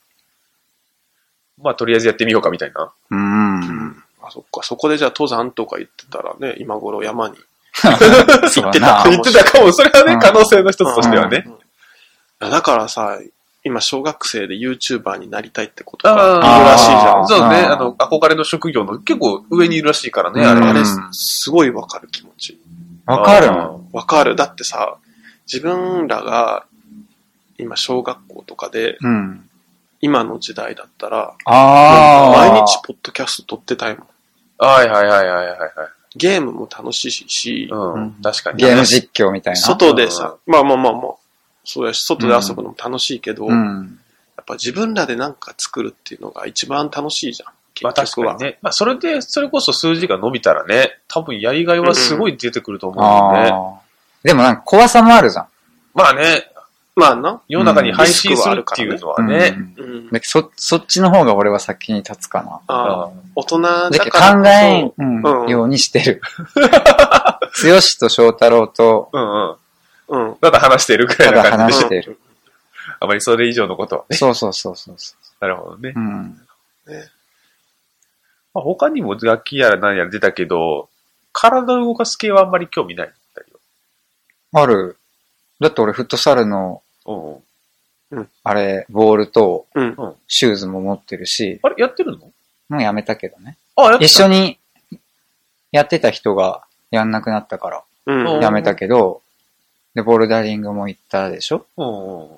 Speaker 1: まあとりあえずやってみようかみたいな。
Speaker 3: うーん、
Speaker 2: あ、そっか、そこでじゃあ登山とか言ってたらね、今頃山に。
Speaker 3: (laughs) そう
Speaker 2: ってた
Speaker 3: だな
Speaker 2: あ。
Speaker 1: (laughs) 言ってたかも、それはね
Speaker 3: う、ん
Speaker 1: 可能性の一つとしてはね。
Speaker 2: うん。いやだからさ、今小学生で YouTuber になりたいってこと
Speaker 1: あ
Speaker 2: が
Speaker 1: あ
Speaker 2: いるらしいじゃん
Speaker 3: ー。
Speaker 1: そうね、
Speaker 3: うん
Speaker 1: あの、憧れの職業の結構上にいるらしいからね、
Speaker 3: うん
Speaker 1: あれ
Speaker 2: あ
Speaker 1: はね
Speaker 2: れ
Speaker 3: うん、
Speaker 2: すごいわかる気持ち。
Speaker 3: わかる
Speaker 1: あ
Speaker 3: の
Speaker 2: わかる。だってさ、自分らが今小学校とかで、
Speaker 3: うん。
Speaker 2: 今の時代だったら、
Speaker 3: ああ。
Speaker 2: 毎日ポッドキャスト撮ってたいもん。
Speaker 1: ーはいはいはいはいはいはい。
Speaker 2: ゲームも楽しいし、
Speaker 1: う
Speaker 3: うん
Speaker 1: ん。確かに。
Speaker 3: ゲーム実況みたいな。
Speaker 2: 外でさ、まあまあまあまあ、そうやし、外で遊ぶのも楽しいけど、
Speaker 3: う
Speaker 2: や
Speaker 3: ん。
Speaker 2: っぱ自分らでなんか作るっていうのが一番楽しいじゃん。
Speaker 1: まあ
Speaker 2: 結
Speaker 1: 確
Speaker 2: 局は。
Speaker 1: かにね。まあそれで、それこそ数字が伸びたらね、多分やりがいはすごい出てくると思うんでね。
Speaker 3: あーでもなんか怖さもあるじゃん。
Speaker 1: まあね、
Speaker 2: まあな。
Speaker 1: 世の中に配信するっていうのはね
Speaker 3: う。ん
Speaker 2: うん。
Speaker 3: だけどそ、そっちの方が俺は先に立つかな。
Speaker 2: ああ
Speaker 1: うん
Speaker 2: 大人だ
Speaker 3: だけど
Speaker 2: から
Speaker 3: 考えん
Speaker 2: こ、
Speaker 3: うん
Speaker 2: うん
Speaker 3: ようにしてる。剛と翔太郎と、
Speaker 1: うんうん。
Speaker 2: そ、うん。
Speaker 1: ただ話してるくらい
Speaker 3: た
Speaker 1: な
Speaker 3: だ
Speaker 1: 感
Speaker 3: 話
Speaker 1: じ
Speaker 3: し
Speaker 1: で。
Speaker 3: てる。
Speaker 1: あまりそれ以上のことはね。
Speaker 3: そうそうそうそうそ
Speaker 1: なるほどね
Speaker 3: う。う。ん。
Speaker 2: ね
Speaker 1: まあ、他にも楽器やら何やら出たけど、体を動かす系はあんまり興味ないんだよ。
Speaker 3: ある。だって俺フットサルの、
Speaker 1: うんうん。
Speaker 3: あれ、ボールと
Speaker 2: うん。
Speaker 3: シューズも持ってるし、
Speaker 1: あれ、やってるの
Speaker 3: もうやめたけどね。
Speaker 1: あ、やって
Speaker 3: 一
Speaker 1: た
Speaker 3: 緒にやってた人がやんなくなったか
Speaker 2: うん。
Speaker 1: う
Speaker 3: ら、
Speaker 1: ん
Speaker 3: やめたけど、で、ボルダリングも行ったでしょ
Speaker 1: うんうん。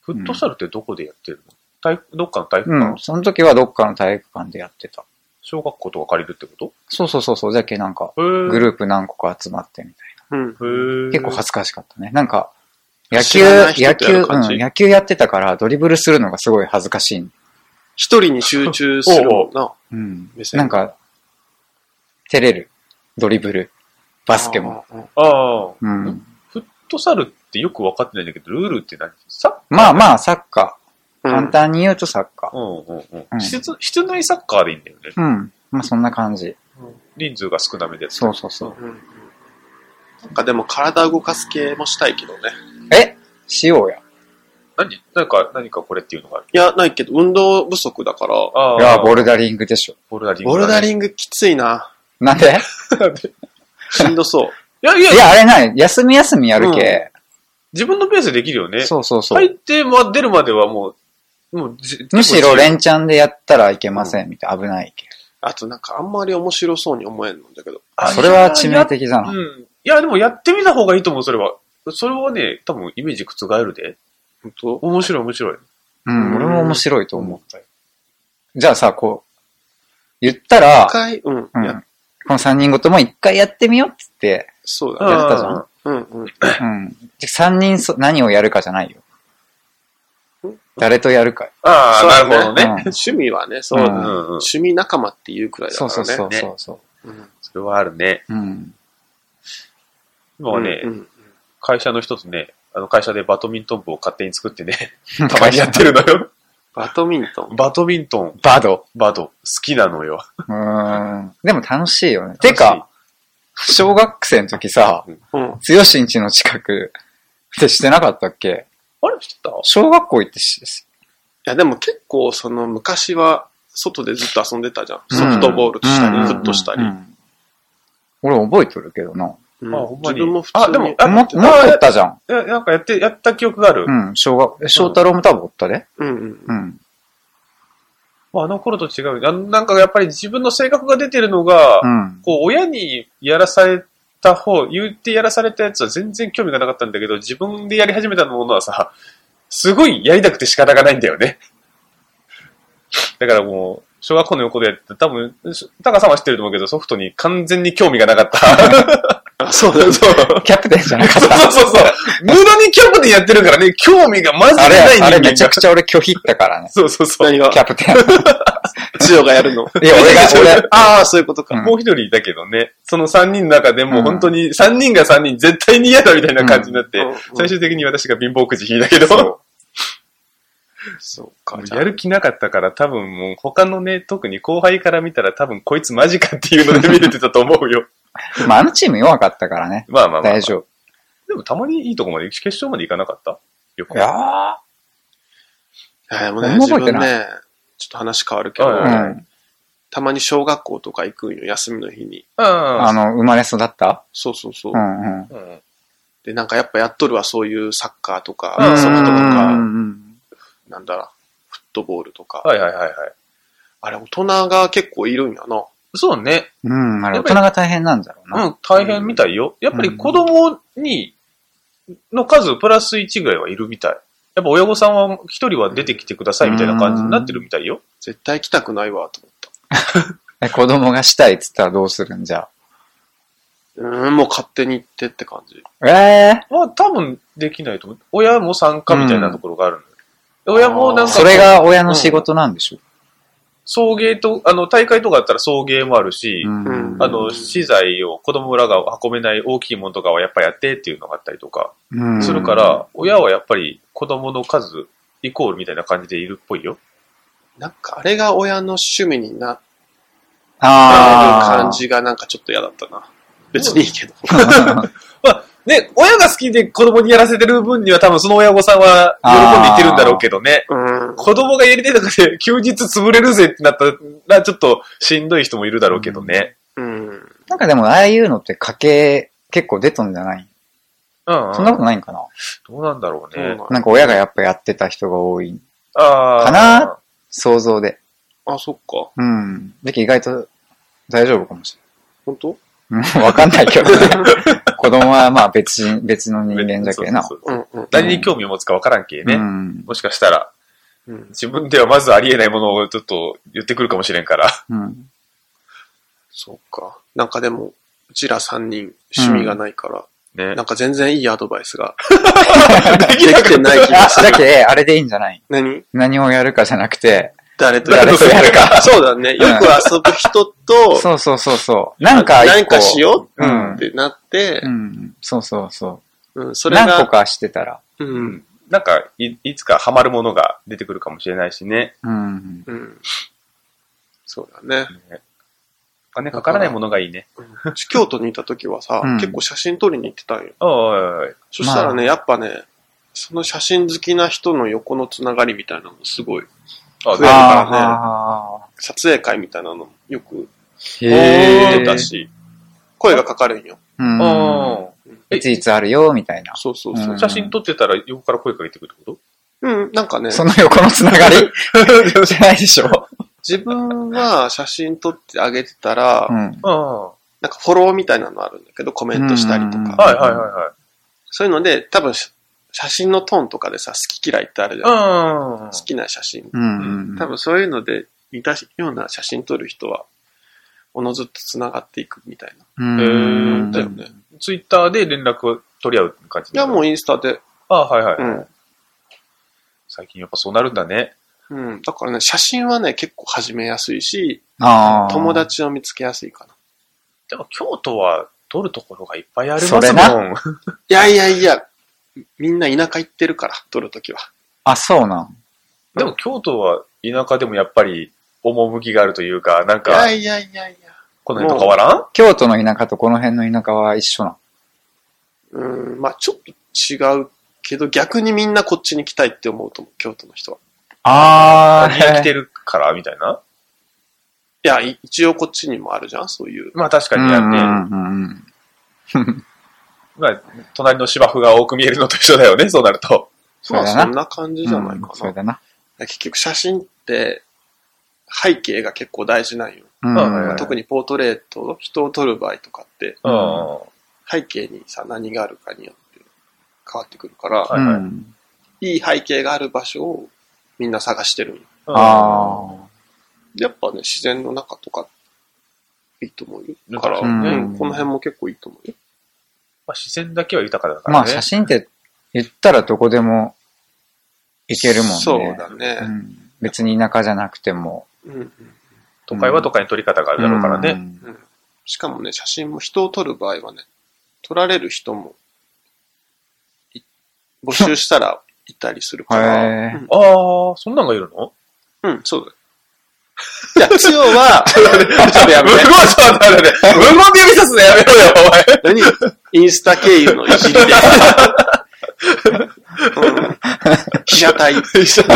Speaker 1: フットサルってどこでやってるの体育どっかの体育
Speaker 3: うん。
Speaker 1: 館
Speaker 3: その時はどっかの体育館でやってた。
Speaker 1: 小学校とか借りるってこと
Speaker 3: そうそうそうそう。じゃけなんか、
Speaker 1: へー
Speaker 3: グループ何個か集まってみたい
Speaker 2: うん。
Speaker 1: へ
Speaker 3: な。結構恥ずかしかったね。なんか、野
Speaker 2: 知
Speaker 3: 球
Speaker 2: らない、人
Speaker 3: 野
Speaker 2: とや
Speaker 3: 球、
Speaker 2: る感じ
Speaker 3: うん、野球やってたからドリブルするのがすごい恥ずかしい。
Speaker 2: 一人に集中するもんな。
Speaker 3: うん
Speaker 2: 目。線
Speaker 3: なんか、照れる。ドリブル。バスケも。
Speaker 2: ああ。ああ
Speaker 1: ああ。
Speaker 3: うん。
Speaker 1: フットサルってよく分かってないんだけど、ルールって何サ
Speaker 3: まあまあ、サッカー。
Speaker 2: うん
Speaker 3: 簡単に言うとサッカー。
Speaker 1: うんうんうん。
Speaker 3: うん
Speaker 1: 室室内サッカーでいいんだよね。
Speaker 3: うん。まあそんな感じ。
Speaker 1: 人数が少なめで。
Speaker 3: そうそうそう。
Speaker 2: うんうんなんかでも体動かす系もしたいけどね。
Speaker 3: えしようや。
Speaker 1: 何何か、何かこれっていうのがある。
Speaker 2: いや、ないけど、運動不足だから、
Speaker 1: あ
Speaker 3: いや、ボルダリングでしょ。
Speaker 1: ボルダリング
Speaker 2: ボ
Speaker 1: だね。
Speaker 2: ルダリングきついな。
Speaker 3: なんで
Speaker 2: しんどそう。
Speaker 1: いやいや
Speaker 3: (laughs) い、や、あれない。休み休みやるけ。
Speaker 1: 自分のペースでできるよね。
Speaker 3: そうそうそう。
Speaker 1: 入って、まあ、出るまではもう、もうじ、
Speaker 3: むしろ
Speaker 1: 結構
Speaker 3: 連チャンでやったらいけません、みたいな。危ないけ。
Speaker 2: あとなんかあんまり面白そうに思えんのだけど。
Speaker 1: あ
Speaker 3: それは致命的だ
Speaker 1: 自
Speaker 3: な。
Speaker 1: 由うん。いや、でもやってみた方がいいと思う、それは。それはね、多分イメージ覆るで。
Speaker 2: 本当
Speaker 1: 面白い面白い。
Speaker 3: うん、俺も面白いと思
Speaker 1: 思
Speaker 3: う。
Speaker 1: ったよ。
Speaker 3: じゃあさ、こう、言った
Speaker 2: 一
Speaker 3: ら、
Speaker 2: 回、うん、
Speaker 3: うん、
Speaker 2: や
Speaker 3: この3人ごとも一回やってみようって
Speaker 2: そう
Speaker 1: うん
Speaker 2: だね。
Speaker 3: やったじゃん。
Speaker 2: うん、うん。
Speaker 3: うん。3人そ何をやるかじゃないよ
Speaker 2: うん。
Speaker 3: 誰とやるか。
Speaker 1: ああ、
Speaker 2: そうだね
Speaker 1: なるほどね。
Speaker 2: 趣味はね、そう、
Speaker 3: う
Speaker 1: う
Speaker 3: ん
Speaker 1: んうん。
Speaker 2: 趣味仲間っていうくらいだか
Speaker 3: そ
Speaker 2: ら
Speaker 3: う
Speaker 2: ね。
Speaker 3: そうそうそうそ
Speaker 2: うん。
Speaker 1: それはあるね。
Speaker 3: う。うん。
Speaker 1: 今はね、
Speaker 2: うんうん
Speaker 1: 会社の人とね、あの会社でバドミントン部を勝手に作ってね、たまにやってるのよ。
Speaker 2: バドミントン。
Speaker 1: バドミントン、
Speaker 3: バド。
Speaker 1: バド、好きなのよ。
Speaker 3: うーん。でも楽しいよね。てか、小学生の時さ、
Speaker 2: うん。
Speaker 3: 強しんちの近くってしてなかったっけ
Speaker 1: あれ知った
Speaker 3: 小学校行ってし、
Speaker 2: いや、でも結構、その、昔は、外でずっと遊んでたじゃん。
Speaker 3: うん
Speaker 2: ソフトボールした
Speaker 3: うん
Speaker 2: り、フットしたり
Speaker 3: う。ん俺覚えとるけどな。
Speaker 2: うん
Speaker 1: あほんま
Speaker 2: 自
Speaker 1: に
Speaker 2: 分も普通に。
Speaker 1: あでも
Speaker 3: 思もっったじゃん。
Speaker 1: いや、なんかやって、やった記憶がある。
Speaker 3: うん、小学、え翔太郎も多分おったで。
Speaker 2: うんうん
Speaker 3: う。ん。
Speaker 1: まあ、あの頃と違うあの。なんかやっぱり自分の性格が出てるのが、
Speaker 3: うん。
Speaker 1: こう、親にやらされた方、言ってやらされたやつは全然興味がなかったんだけど、自分でやり始めたものはさ、すごいやりたくて仕方がないんだよね。 (laughs) だからもう、小学校の横でやってた、多分、タカさんは知ってると思うけど、ソフトに完全に興味がなかった。
Speaker 2: あ、そうだ
Speaker 1: そう。そう
Speaker 3: キャプテンじゃな
Speaker 2: (laughs)
Speaker 3: かっ
Speaker 1: そうそうそう。無駄にキャプテンやってるからね、興味がまず
Speaker 3: た。あ
Speaker 1: ない
Speaker 3: れ、
Speaker 1: 人間
Speaker 3: あれ
Speaker 1: が。
Speaker 3: めちゃくちゃ俺拒否ったからね
Speaker 1: そうそうそう。
Speaker 2: 何が
Speaker 3: キャプ
Speaker 2: (laughs)
Speaker 3: テン。
Speaker 2: ジオがやるの。
Speaker 3: いや、俺
Speaker 1: (laughs)
Speaker 3: が、俺、
Speaker 2: ああ、そういうことか。
Speaker 3: うん
Speaker 1: もう一人だけどね、その三人の中でも
Speaker 3: うん
Speaker 1: 本当に、三人が三人絶対に嫌だみたいな感じになって、
Speaker 2: うんうん
Speaker 1: 最終的に私が貧乏くじ引いたけ
Speaker 3: そう
Speaker 1: ど、
Speaker 2: そうか。じゃあ
Speaker 1: やる気なかったから多分もう他のね、特に後輩から見たら多分こいつマジかっていうので見れてたと思うよ。 (laughs)
Speaker 3: まあ、あのチーム弱かったからね。
Speaker 1: まあまあまあ、
Speaker 3: 大丈夫。
Speaker 1: でもたまにいいとこまで、決勝まで行かなかったよく。
Speaker 3: いや
Speaker 2: はい、でも
Speaker 3: あ
Speaker 2: ね、
Speaker 3: んま
Speaker 2: 自
Speaker 3: 覚えて
Speaker 2: 分
Speaker 3: ない
Speaker 2: ね、ちょっと話変わるけど、
Speaker 1: はいはい
Speaker 3: ー
Speaker 1: は
Speaker 3: うん。
Speaker 2: たまに小学校とか行くんよ、休みの日に。
Speaker 1: うん。
Speaker 3: あ
Speaker 1: あ
Speaker 3: の、生まれ育った
Speaker 2: そうそうそう。
Speaker 3: うんうん。
Speaker 1: うん、
Speaker 2: で、なんかやっぱやっとるわ、そういうサッカーとか
Speaker 1: うん、
Speaker 2: ソフトと
Speaker 3: う
Speaker 2: か、
Speaker 3: んうん
Speaker 2: なんだら、フットボールとか。
Speaker 1: はいはいはいはい。
Speaker 2: あれ、大人が結構いるんやな。
Speaker 1: そうね。
Speaker 3: うん。うん、あれ、大人が大変なんだろう
Speaker 1: う
Speaker 3: な。
Speaker 1: ん、大変みたいよ。やっぱり子供に、の数プラス1ぐらいはいるみたい。やっぱ親御さんは一人は出てきてくださいみたいな感じになってるみたいよ。
Speaker 2: 絶対来たくないわ、と思った。
Speaker 3: え、子供がしたいっつったらどうするんじゃ。
Speaker 2: うーん、もう勝手に行ってって感じ。
Speaker 3: え
Speaker 1: まあ多分できないと思う。親も参加みたいなところがあるんだよ。親もなん
Speaker 3: ー、
Speaker 1: か、
Speaker 3: (laughs) それが親の仕事なんでしょ、
Speaker 1: 送迎と、あの、大会とかあったら送迎もあるし、
Speaker 2: ん
Speaker 1: あ
Speaker 2: う
Speaker 1: の、
Speaker 2: ん
Speaker 1: 資材を子供らが運べない大きいものとかはやっぱやってっていうのがあったりとか
Speaker 3: うん
Speaker 1: するから、親はやっぱり子供の数イコールみたいな感じでいるっぽいよ。
Speaker 2: なんかあれが親の趣味になる
Speaker 3: ああ。
Speaker 2: 感じがなんかちょっと嫌だったな。別にいいけど。
Speaker 1: ね、親が好きで子供にやらせてる分には多分その親御さんは喜んでいってるんだろうけどね。
Speaker 2: うん。
Speaker 1: 子供がやりたいとかで休日潰れるぜってなったらちょっとしんどい人もいるだろうけどね。
Speaker 2: うん。
Speaker 3: (laughs) なんかでも、ああいうのって家計結構出たんじゃない
Speaker 1: うん、うん。
Speaker 3: そんなことないんかな、
Speaker 1: どうなんだろう
Speaker 2: そうな
Speaker 1: ね。
Speaker 2: の
Speaker 3: なんか親がやっぱやってた人が多い。
Speaker 1: ああ。
Speaker 3: かな想像で。
Speaker 2: あ、そっか。
Speaker 3: うん。だけど意外と大丈夫かもし
Speaker 2: 本当
Speaker 3: れない。 (laughs) うんわかんないけどね。子供はまあ別人、別の人間だけな。
Speaker 1: そうそう
Speaker 2: う
Speaker 1: そうん
Speaker 2: うん。
Speaker 1: 何に興味を持つかわからんけね。
Speaker 3: うん。
Speaker 1: もしかしたら、
Speaker 2: うん、
Speaker 1: 自分ではまずありえないものをちょっと言ってくるかもしれんから。
Speaker 3: うん。
Speaker 2: そっか。なんかでも、うちら3人趣味がないから、
Speaker 1: ね
Speaker 2: な。んか全然いいアドバイスが
Speaker 1: で
Speaker 2: できてない気がす
Speaker 3: だ
Speaker 2: る。
Speaker 3: けどあれでいいんじゃない
Speaker 2: 何
Speaker 3: 何をやるかじゃなくて、
Speaker 2: 誰とや
Speaker 3: 誰
Speaker 2: (laughs) る
Speaker 3: とやるか。
Speaker 2: そうだね。よく遊ぶ人と、
Speaker 3: そうそうそうそう。なんか一個、
Speaker 2: 何かしよう
Speaker 3: うん
Speaker 2: ってなって
Speaker 3: う、ん。そうそうそ。
Speaker 2: うん、そうれ
Speaker 3: 何個
Speaker 2: が、
Speaker 3: かしてたら。
Speaker 2: う、
Speaker 1: うんん。なんかい、いつかハマるものが出てくるかもしれないしね。
Speaker 3: うん。
Speaker 2: うん。そうだね。
Speaker 1: ねお金かからないものがいいね。
Speaker 2: うん京都にいた時はさ、
Speaker 3: うん
Speaker 2: 結構写真撮りに行ってたんよ。
Speaker 1: おいおいおい。
Speaker 2: そしたらね、やっぱね、その写真好きな人の横のつながりみたいなのすごい、
Speaker 1: あ、
Speaker 2: 増えるからね
Speaker 3: あ
Speaker 2: 撮影会みたいなのよく
Speaker 3: ー
Speaker 1: へー
Speaker 2: 出たし、声がかかるんよ。
Speaker 3: うん
Speaker 1: あ
Speaker 3: いついつあるよ、みたいな。
Speaker 2: そうそうそう
Speaker 1: あ。写真撮ってたら横から声かけてくるってこ
Speaker 2: うん、なんかね、
Speaker 3: その横のつなが (laughs) りじゃないでしょ。
Speaker 2: 自分は写真撮ってあげてたら、
Speaker 3: うん。
Speaker 1: とあ
Speaker 2: なんかフォローみたいなのあるんだけど、コメントしたりと
Speaker 3: うんうんうん
Speaker 1: あ。
Speaker 2: か。
Speaker 1: はいはいは
Speaker 2: そういうので、多分し写真のトーンとかでさ、好き嫌いってあるじ
Speaker 1: い
Speaker 2: ゃん。好
Speaker 1: はい。うん。
Speaker 2: きな写真。
Speaker 3: うん。
Speaker 2: 多分そういうので、似たような写真撮る人は、おのずと繋がっていくみたいな。
Speaker 3: うん。
Speaker 1: へー
Speaker 2: だよね。い
Speaker 1: ツイッターで連絡を取り合う感じ
Speaker 2: や、も
Speaker 1: う。
Speaker 2: うインスタで。
Speaker 1: ああ、はいはい。
Speaker 2: うん。
Speaker 1: 最近やっぱそうなるんだね。
Speaker 2: うん。だからね、写真はね、結構始めやすいし、
Speaker 3: あー
Speaker 2: 友。達を見つけやすいかな。
Speaker 1: でも京都は撮るところがいっぱいあります
Speaker 3: それ
Speaker 1: もん
Speaker 3: な。
Speaker 2: いやいやいや、みんな田舎行ってるから、撮るときは。
Speaker 3: あ、そうなん。
Speaker 1: (laughs) でも京都は田舎でもやっぱり趣があるというか、なん
Speaker 2: いや
Speaker 1: か、
Speaker 2: いやいやいや。
Speaker 1: この辺と変わらん
Speaker 3: 京都の田舎とこの辺の田舎は一緒なん。
Speaker 2: うん、まあちょっと違うけど、逆にみんなこっちに来たいって思うと思う、京都の人は。
Speaker 3: あ
Speaker 1: 何が来てるからみたいな。
Speaker 2: いや、い一応こっちにもあるじゃん、そういう。
Speaker 1: まあ確か
Speaker 3: う
Speaker 1: に
Speaker 3: ん
Speaker 1: や
Speaker 3: う
Speaker 1: って、
Speaker 3: んうんうん。
Speaker 1: まあ隣の芝生が多く見えるのと一緒だよね、そうなると。
Speaker 3: そ
Speaker 2: ま
Speaker 3: う
Speaker 2: あ
Speaker 3: だ
Speaker 2: そん
Speaker 3: な。
Speaker 2: な感じじゃないか
Speaker 3: うんそ
Speaker 2: な。
Speaker 3: うだな。
Speaker 2: 結局写真って背景が結構大事なんよ。
Speaker 3: うん
Speaker 1: はい
Speaker 2: 特にポートレート、人を撮る場合とかって、
Speaker 1: うん。
Speaker 3: ん
Speaker 2: 背景にさ、何があるかによって変わってくるから、
Speaker 1: はいはい
Speaker 3: うん
Speaker 2: い、い背景がある場所をみんな探してるんよ
Speaker 1: あ
Speaker 3: あ
Speaker 2: やっぱね、自然の中とか、いいと思うよ。だから、
Speaker 1: う
Speaker 2: うんんこの辺も結構いいと思うよ。
Speaker 1: まあ自然だけは豊かだ
Speaker 3: あ。
Speaker 1: か
Speaker 3: ま
Speaker 1: ら
Speaker 3: あ
Speaker 1: ね。
Speaker 3: 写真って言ったらどこでも行けるもんね。
Speaker 2: そうだね。
Speaker 3: うん別に田舎じゃなくても。
Speaker 2: うん
Speaker 1: 都会は都会の撮り方があるだろうからね。
Speaker 3: ん
Speaker 2: しかもね、写真も人を撮る場合はね、撮られる人もい、募集したらいたりするから。
Speaker 3: (laughs) へー
Speaker 1: ああー、そんなんがいるの
Speaker 2: うん、うんそうだよ。 (laughs) いや、つよは、ちょっとやめ
Speaker 1: (laughs) 無
Speaker 2: て
Speaker 1: 言。じゃんだね。無言で指さすのやめろよ、お前。
Speaker 2: 何インスタ経由のいじりで。 (laughs) うん被写体。
Speaker 1: ちょ、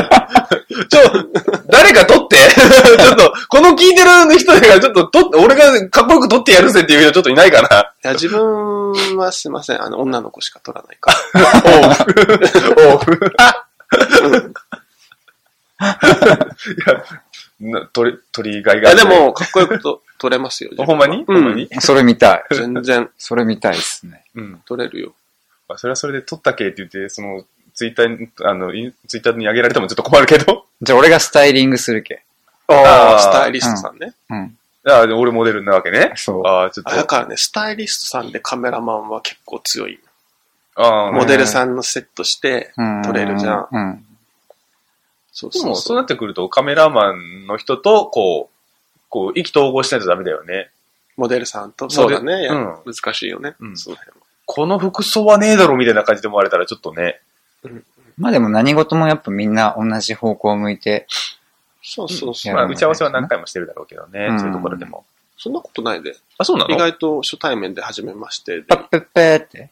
Speaker 1: 誰か撮って。 (laughs) ちょっと、この聞いてる人がちょっと撮って、俺がかっこよく撮ってやるぜっていう人ちょっといないかな。
Speaker 2: いや、自分はすいません。あの、女の子しか撮らないから。
Speaker 1: おう。 (laughs) いや、な鳥、鳥以外
Speaker 2: い
Speaker 1: が。
Speaker 2: や、で、も、かっこよくと撮れますよ。自分
Speaker 1: ほんまにほんまに
Speaker 3: それ見たい。
Speaker 2: 全然
Speaker 3: それ見たいですね。
Speaker 1: うん。
Speaker 2: 撮れるよ。
Speaker 1: まあそれはそれで撮ったけって言って、その、ツイッターに、あの、インツイッターに上げられてもちょっと困るけど。
Speaker 3: じゃあ俺がスタイリングするけ。
Speaker 2: あ
Speaker 1: あ
Speaker 2: あ、
Speaker 1: ー
Speaker 2: スタイリストさんね。
Speaker 3: うん。
Speaker 1: ああ、でも俺モデルなわけね。
Speaker 3: そう。
Speaker 1: ああ、ちょっ
Speaker 2: あだ
Speaker 1: と。
Speaker 2: からね、スタイリストさんでカメラマンは結構強い。
Speaker 1: ああ、
Speaker 2: モデルさんのセットして、
Speaker 3: うん
Speaker 2: 撮れるじゃん。
Speaker 3: うん。
Speaker 2: そう
Speaker 1: で
Speaker 2: そ
Speaker 1: も、
Speaker 2: う
Speaker 1: そ
Speaker 2: そうう。
Speaker 1: なってくると、カメラマンの人と、こう、こう、意気投合しないとダメだよね。
Speaker 2: モデルさんと、
Speaker 1: デル
Speaker 2: そうだね。や
Speaker 1: う
Speaker 2: 難しいよね。
Speaker 1: うん
Speaker 2: その辺は
Speaker 1: この服装はねえだろ、みたいな感じで思われたら、ちょっとね。
Speaker 3: まあでも何事もやっぱみんな同じ方向を向いて、
Speaker 2: そうそうそう。
Speaker 1: まあ、
Speaker 3: いや
Speaker 1: 打ち合わせは何回もしてるだろうけどね
Speaker 3: う。ん
Speaker 1: そういうところでも。
Speaker 2: そんなことないで。
Speaker 1: あ、そうな
Speaker 2: 意
Speaker 1: の
Speaker 2: 外と初対面で初めましてで
Speaker 3: パ。ッペッペーって。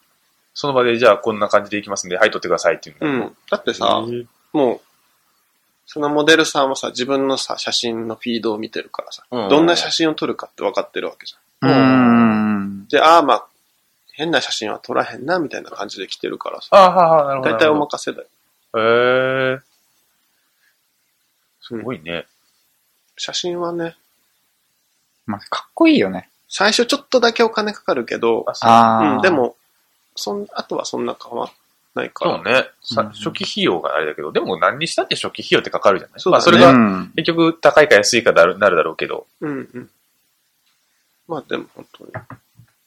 Speaker 1: その場で、じゃあ、こんな感じで行きますんで、はい、撮ってくださいっていう
Speaker 2: う
Speaker 1: の。
Speaker 2: ん。だってさ、
Speaker 1: うん
Speaker 2: もう、そのモデルさんはさ、自分のさ、写真のフィードを見てるからさ、
Speaker 1: うん
Speaker 2: どんな写真を撮るかって分かってるわけじゃん。
Speaker 3: うーん。
Speaker 2: で、ああ、まあ、変な写真は撮らへんな、みたいな感じで来てるからさ、
Speaker 1: ああ、はあ、なるほど。
Speaker 2: 大体お
Speaker 1: ま
Speaker 2: 任せだよ。
Speaker 1: へえ。すごいね。
Speaker 2: 写真はね、
Speaker 3: まあ、かっこいいよね。
Speaker 2: 最初ちょっとだけお金かかるけど、
Speaker 1: あ、そう
Speaker 3: ああ。
Speaker 2: うん、で、も、そん、あとはそんな変わんないか
Speaker 1: そう
Speaker 2: ら。
Speaker 1: ね。さ
Speaker 3: うん
Speaker 1: 初期費用があれだけど、でも何にしたって初期費用ってかかるじゃない
Speaker 2: そうだね
Speaker 1: まあ、それ
Speaker 3: う
Speaker 1: が
Speaker 3: ん。
Speaker 1: 結局高いか安いかだるなるだろうけど。
Speaker 2: うんうん。まあでも本当に、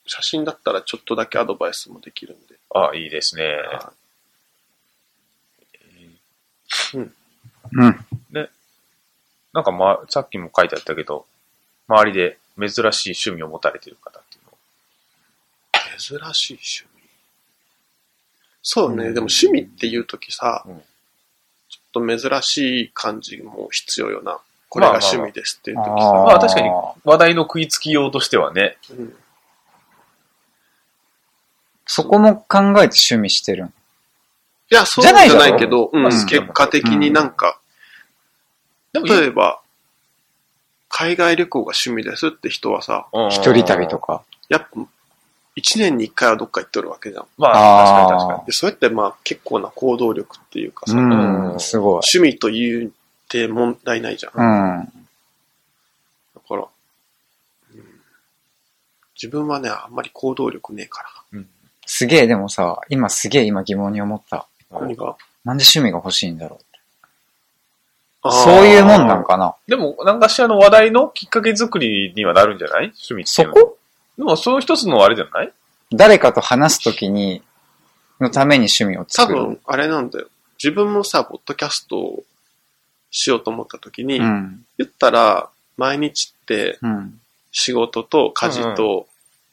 Speaker 2: 写真だったらちょっとだけアドバイスもできるんで。
Speaker 1: ああ、いいですね。
Speaker 2: あ
Speaker 3: うん。
Speaker 1: なんかまあ、さっきも書いてあったけど、周りで珍しい趣味を持たれてる方っていうの。
Speaker 2: 珍しい趣味。そうね、
Speaker 1: うん
Speaker 2: でも趣味っていうときさ、
Speaker 1: うん
Speaker 2: ちょっと珍しい感じも必要よな。これが趣味ですっていうときさ、
Speaker 1: まあ確かに話題の食いつき用としてはね。
Speaker 2: うん
Speaker 3: そこも考えて趣味してる。
Speaker 2: いや、そうじ
Speaker 3: じゃ
Speaker 2: ゃ
Speaker 3: ないだろ
Speaker 2: ないけど、うん
Speaker 1: まあ
Speaker 3: 好き
Speaker 1: だもん
Speaker 2: 結果的になんか、
Speaker 1: でも、
Speaker 2: 例えば、海外旅行が趣味ですって人はさ、
Speaker 1: うん
Speaker 3: 一人旅と。か。
Speaker 2: やっぱ、一年に一回はどっか行っとるわけじゃん。
Speaker 1: まあ
Speaker 3: あー
Speaker 1: 確かに確か
Speaker 2: で、そうやってまあ結構な行動力っていうかさ、
Speaker 3: うん、すごい。
Speaker 2: 趣味と言って問題ないじゃん。
Speaker 3: う
Speaker 2: だ
Speaker 3: ん。
Speaker 2: から、うん自分はね、あんまり行動力ねえから。
Speaker 3: すげえ、でもさ、今すげえ今疑問に思った。
Speaker 1: に。う
Speaker 2: 何
Speaker 1: ん
Speaker 2: が
Speaker 3: なんで趣味が欲しいんだろう。そういうもんなんかな。
Speaker 1: でも、なんかしらの話題のきっかけ作りにはなるんじゃない趣味って
Speaker 3: そ
Speaker 1: いうのは
Speaker 3: こ
Speaker 1: でも、そう一つのあれじゃない
Speaker 3: 誰かと話すときに、のために趣味を
Speaker 2: 多
Speaker 3: 作る。
Speaker 2: 分、あれなんだよ。自分もさ、ポッドキャストをしようと思った時に、
Speaker 3: うん。
Speaker 2: 言ったら、毎日って
Speaker 3: うん。
Speaker 2: 仕事と家事と、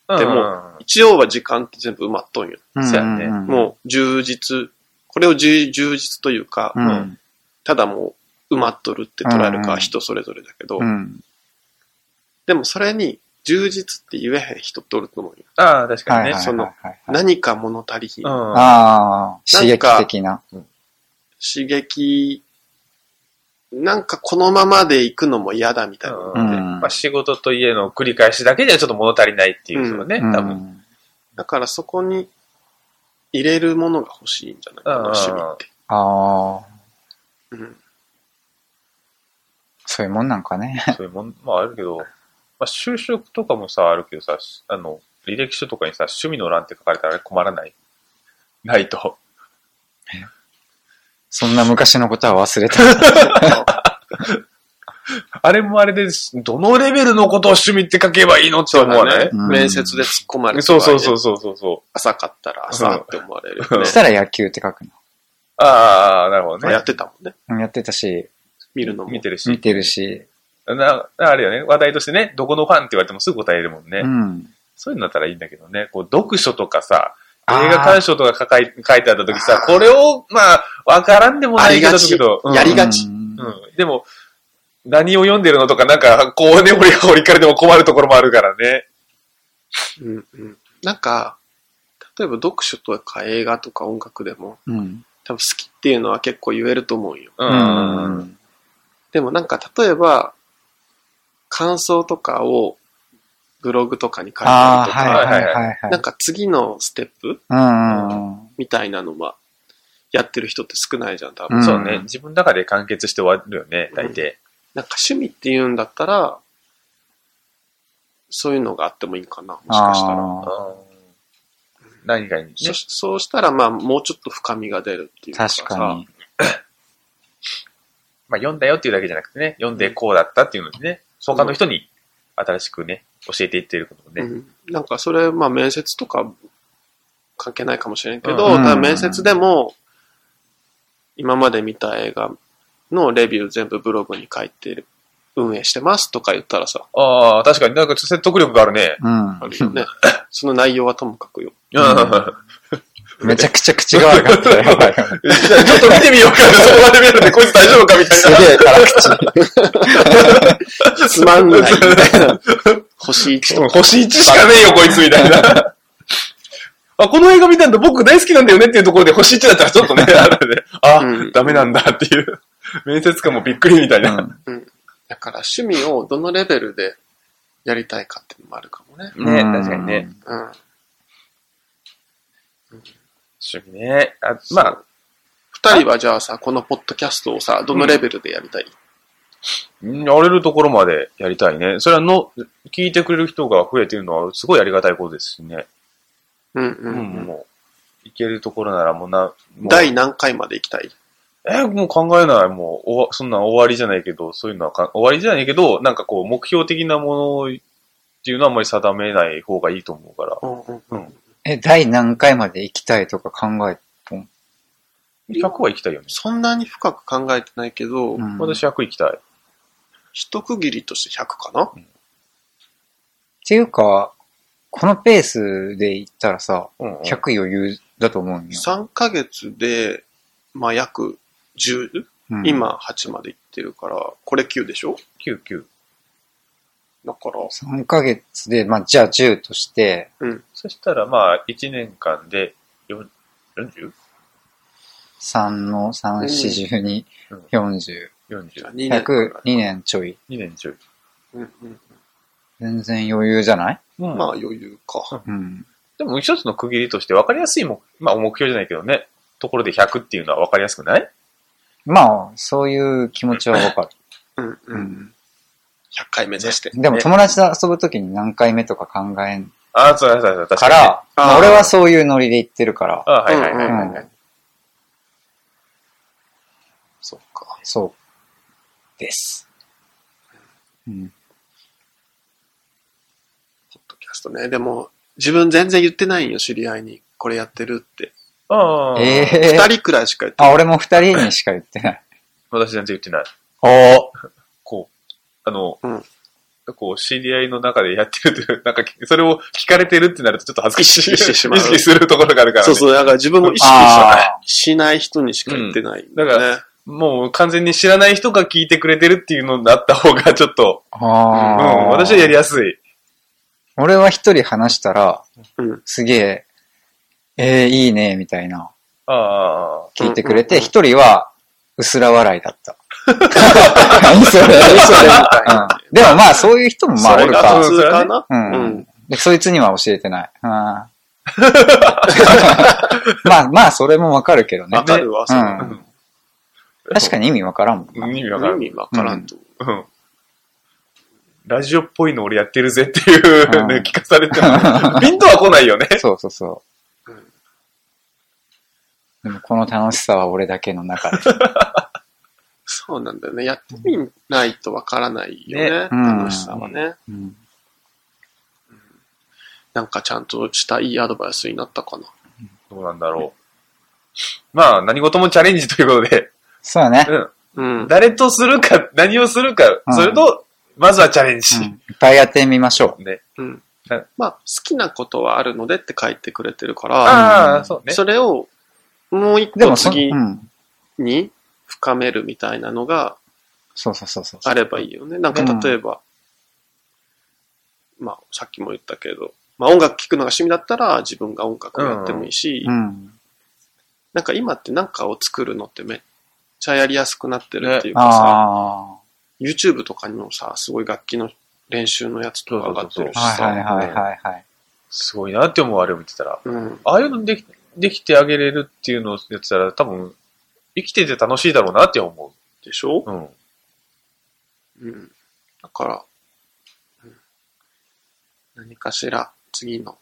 Speaker 2: でも
Speaker 1: うん
Speaker 2: 一応は時間って全部埋まっとんよ。
Speaker 3: う
Speaker 1: そうやね
Speaker 3: ん
Speaker 2: もう充実、これを充充実というか、
Speaker 3: うん。うん。
Speaker 2: ただもう埋まっとるって捉えるか
Speaker 3: うん
Speaker 2: は人それぞれだけど、
Speaker 3: うん。
Speaker 2: でもそれに充実って言えへん人っておると思うよ。
Speaker 1: ああ、確か
Speaker 3: は
Speaker 1: に
Speaker 3: いはい
Speaker 1: ね。
Speaker 3: はいはい。
Speaker 2: 何か物足りひん。
Speaker 1: うん。
Speaker 3: ああ、刺激的な。
Speaker 2: 刺激、なんかこのままで行くのも嫌だみたいな。
Speaker 1: うん
Speaker 3: うん
Speaker 1: まあ、仕事と家の繰り返しだけじゃちょっと物足りないっていう人がね、
Speaker 3: うん
Speaker 1: 多分。
Speaker 2: だからそこに入れるものが欲しいんじゃないかな、
Speaker 1: うん
Speaker 2: 趣味って。
Speaker 3: ああ、
Speaker 2: うん。
Speaker 3: そういうもんなんかね。 (laughs)
Speaker 1: そういうもん、まああるけど、まあ就職とかもさ、あるけどさ、あの、履歴書とかにさ、趣味の欄って書かれたらあれ困らないないと。
Speaker 3: そんな昔のことは忘れた。
Speaker 1: あれもあれで、どのレベルのことを趣味って書けばいいのって思わない
Speaker 2: そうだね
Speaker 3: うん
Speaker 2: 面接で突っ込まれる。。
Speaker 1: そうそうそううそうそうそう。
Speaker 2: 浅かったら浅って思われるよね
Speaker 3: そし。たら野球って書くの
Speaker 1: ああ、なるほど
Speaker 2: まあや
Speaker 1: ね
Speaker 2: っ。てたもんね。
Speaker 3: うん。やってたし、
Speaker 2: 見るのも。
Speaker 1: 見てるし。
Speaker 3: 見てるし。
Speaker 1: な、あれよね、話題としてね、どこのファンって言われてもすぐ答えれるもんね。
Speaker 3: うん。
Speaker 1: そういうのだったらいいんだけどね、こう、読書とかさ、
Speaker 3: あー
Speaker 1: 映画鑑賞とか書かい書いてあった時さ、
Speaker 2: あー
Speaker 1: これを、まあ、わからんでもないけど、
Speaker 2: ありがち
Speaker 1: けどうん
Speaker 2: やりがち
Speaker 3: う
Speaker 1: う
Speaker 3: ん
Speaker 1: ん。でも、何を読んでるのとか、なんか、こうね、掘り掘りからでも困るところもあるからね。
Speaker 2: うんうん。なんか、例えば読書とか映画とか音楽でも、
Speaker 3: うん。
Speaker 2: 多分好きっていうのは結構言えると思うよ。
Speaker 1: う
Speaker 3: うん。
Speaker 1: ん。
Speaker 2: でもなんか例えば、感想とかをブログとかに書いてあ
Speaker 3: ああ、
Speaker 2: るとか、
Speaker 3: はいはいはいはい。
Speaker 2: なんか次のステップ
Speaker 3: うんうん
Speaker 2: みたいなのは、やってる人って少ないじゃん、多分。
Speaker 3: うん
Speaker 1: そうね。自分の中で完結して終わるよね、大抵。
Speaker 2: なんか趣味っていうんだったら、そういうのがあってもいいかな、もしかしたら。
Speaker 3: ああ
Speaker 1: うん何かにね。
Speaker 2: そそうしたら、まあ、もうちょっと深みが出るっていうかさ
Speaker 3: 確かに。
Speaker 1: まあ、読んだよっていうだけじゃなくてね、読んでこうだったっていうのでね、他の人に新しくね、教えていってることもね。
Speaker 2: うん、なんかそれ、まあ面接とか関係ないかもしれんけど、
Speaker 1: うん
Speaker 2: ただ面接でも、今まで見た映画のレビュー全部ブログに書いてる、運営してますとか言ったらさ、
Speaker 1: ああ、確かになんか説得力があるね。
Speaker 3: うん
Speaker 2: あるよね。その内容はともかくよ。
Speaker 1: うん。
Speaker 3: (laughs) めちゃくちゃ
Speaker 1: (laughs)
Speaker 3: 口が悪かったよ。やばいよね
Speaker 1: じゃあちょっと見てみようか。そこまで見るので、こいつ大丈夫かみたい
Speaker 3: す
Speaker 1: な。
Speaker 3: げえ辛口。
Speaker 1: (laughs)
Speaker 2: つまんないみたいな。星1とか。
Speaker 1: 星1しかねえよ、こいつみたいな。あ、この映画見たんだ、僕大好きなんだよねっていうところで星1だったらちょっと (laughs) ね、あるね。あ、
Speaker 2: うん
Speaker 1: ダメなんだっていう。面接官もびっくりみたいな。
Speaker 2: だから趣味をどのレベルでやりたいかっていうのもあるかもね。
Speaker 3: うんうん。
Speaker 2: うん。
Speaker 1: 趣味ね。あまあ、
Speaker 2: 二人はじゃあさ、このポッドキャストをさ、どのレベルでやりたい、
Speaker 1: うんやれるところまでやりたいね。それはの、聞いてくれる人が増えてるのはすごいありがたいことですしね。
Speaker 2: うん、うんうんうん
Speaker 1: もう、いけるところならもうな、もう
Speaker 2: 第何回まで行きたい
Speaker 1: え、もう考えない。もう、おわそんなん終わりじゃないけど、そういうのはか終わりじゃないけど、なんかこう、目標的なものっていうのはあんまり定めない方がいいと思うから。
Speaker 2: うんうん
Speaker 3: え、第何回まで行きたいとか考え、
Speaker 1: 100は行きたいよね。
Speaker 2: そんなに深く考えてないけど、
Speaker 3: うん
Speaker 1: 私100行きたい。
Speaker 2: 一区切りとして100かな
Speaker 3: っていうか、このペースで行ったらさ、
Speaker 1: うん、うん。
Speaker 3: 100余裕だと思うんよ。
Speaker 2: ?3 ヶ月で、まあ約10、
Speaker 3: うん、
Speaker 2: 今8まで行ってるから、これ9でしょ
Speaker 1: 99。
Speaker 2: だから、
Speaker 3: 3ヶ月で、まあ、じゃあ10として、
Speaker 1: そしたらまあ、1年間で4 40?40
Speaker 3: 3の3、4、12、40、
Speaker 2: じゃあ
Speaker 1: 2
Speaker 2: 2年くらい
Speaker 3: 102年ちょい。
Speaker 1: 年ちょい。
Speaker 2: うんうん
Speaker 3: 全然余裕じゃない
Speaker 1: うん。
Speaker 2: まあ
Speaker 1: まあ、
Speaker 2: 余裕か。
Speaker 3: うん。
Speaker 1: でも一つの区切りとして分かりやすいもん、まあ目標じゃないけどね、ところで100っていうのは分かりやすくない
Speaker 3: まあ、そういう気持ちはわかる。
Speaker 2: うんう。
Speaker 3: うんん。
Speaker 2: 100回目指して。
Speaker 3: でも
Speaker 1: ね
Speaker 3: 友達と遊ぶときに何回目とか考えん
Speaker 1: ああ、そうそうそう、確
Speaker 3: か
Speaker 1: かに。
Speaker 3: ら、
Speaker 2: あー
Speaker 3: まあ俺はそういうノリで行ってるから、
Speaker 1: ああ、はいはいはい。
Speaker 2: うんうん
Speaker 3: うん
Speaker 2: そっか。
Speaker 3: そうです。うん。
Speaker 2: ポッドキャストね。でも、自分全然言ってないんよ、知り合いに。これやってるって。
Speaker 1: ああ、
Speaker 3: え
Speaker 2: 二、
Speaker 3: え
Speaker 2: 人くらいしか言って
Speaker 3: あ、俺も二人にしか言ってない。
Speaker 1: 私全然言ってない。
Speaker 3: おー
Speaker 1: こう、あの、
Speaker 2: うん
Speaker 1: こう、知り合いの中でやってるという、 (laughs) なんか、それを聞かれてるってなるとちょっと恥ずかしい。
Speaker 2: 意識してしまう
Speaker 1: 意識するところがあるから、ね。
Speaker 2: そうそう、だから自分も意識し
Speaker 3: あ
Speaker 2: ないしない人にしか言ってない、
Speaker 1: んだから
Speaker 2: ね、
Speaker 1: もう完全に知らない人が聞いてくれてるっていうのになった方がちょっと、うん、
Speaker 3: あー
Speaker 1: 私はやりやすい。
Speaker 3: 俺は一人話したら、
Speaker 2: うん
Speaker 3: すげえ、ええいいね、みたいな、
Speaker 1: ああ、
Speaker 3: 聞いてくれ
Speaker 2: うん
Speaker 3: て、
Speaker 2: うんうん
Speaker 3: 一、人は、うすら笑いだった。何それ、何それ、みたいな。うんでもまあ、そういう人もまあ、
Speaker 2: そ
Speaker 3: お
Speaker 2: れ
Speaker 3: る
Speaker 2: が
Speaker 3: か。
Speaker 2: 普通かな、
Speaker 3: うん、
Speaker 2: うん
Speaker 3: で。そいつには教えてない。
Speaker 2: (laughs)
Speaker 3: うん、まあまあ、それもわかるけどね
Speaker 2: わ。かるわ、そ
Speaker 3: うん
Speaker 2: の
Speaker 3: 確かに意味わからんもんな。
Speaker 1: 意味わからん。
Speaker 2: 意味わからんと思う。
Speaker 1: うん。ラジオっぽいの俺やってるぜっていう
Speaker 3: うん
Speaker 1: ね、聞かされ
Speaker 2: (laughs)
Speaker 1: ても、ピンとは来ないよね。
Speaker 3: そうそうそう
Speaker 2: うん。
Speaker 3: でもこの楽しさは俺だけの
Speaker 2: (laughs)
Speaker 3: 中で。
Speaker 2: そうなんだよね。やってみないとわからないよね
Speaker 1: ね
Speaker 3: うん
Speaker 2: 楽しさはね、
Speaker 3: うん
Speaker 2: なんかちゃんとしたいいアドバイスになったかな。
Speaker 1: どうなんだろう。まあ、何事もチャレンジということで、
Speaker 3: そうだね。
Speaker 1: うん。
Speaker 2: うん。
Speaker 1: (laughs) 誰とするか、何をするか、
Speaker 3: うん
Speaker 1: それと、まずはチャレン
Speaker 3: うん
Speaker 1: ジ。
Speaker 3: いっぱいやってみましょ
Speaker 1: ね。
Speaker 2: うん
Speaker 1: だ
Speaker 2: まあ、好きなことはあるのでって書いてくれてるから、
Speaker 1: ああ、そうね。
Speaker 2: それをもう一
Speaker 3: う。で
Speaker 2: 個
Speaker 3: もそ、う
Speaker 2: 次
Speaker 3: ん。
Speaker 2: に深めるみたいなのが
Speaker 3: そうそうそうそう。
Speaker 2: あればいいよね。なんか
Speaker 3: うん
Speaker 2: 例えば、まあさっきも言ったけど、まあ音楽聴くのが趣味だったら自分が音楽をやってもいいし、
Speaker 3: うん。
Speaker 2: なんか今ってなんかを作るのってめっちゃやりやすくなってるっていうかさ、
Speaker 3: あ
Speaker 2: YouTube とかにもさ、すごい楽器の練習のやつとか上がってるし
Speaker 3: あ。はい
Speaker 2: さ、
Speaker 3: はいはいはいはい。
Speaker 1: すごいなって思う、あれを見てたら。
Speaker 2: うん。
Speaker 1: ああいうのできできてあげれるっていうのをやってたら、多分、生きてて楽しいだろうなって思
Speaker 2: でしょ
Speaker 1: う。うん。
Speaker 2: うん。だから、うん何かしら次の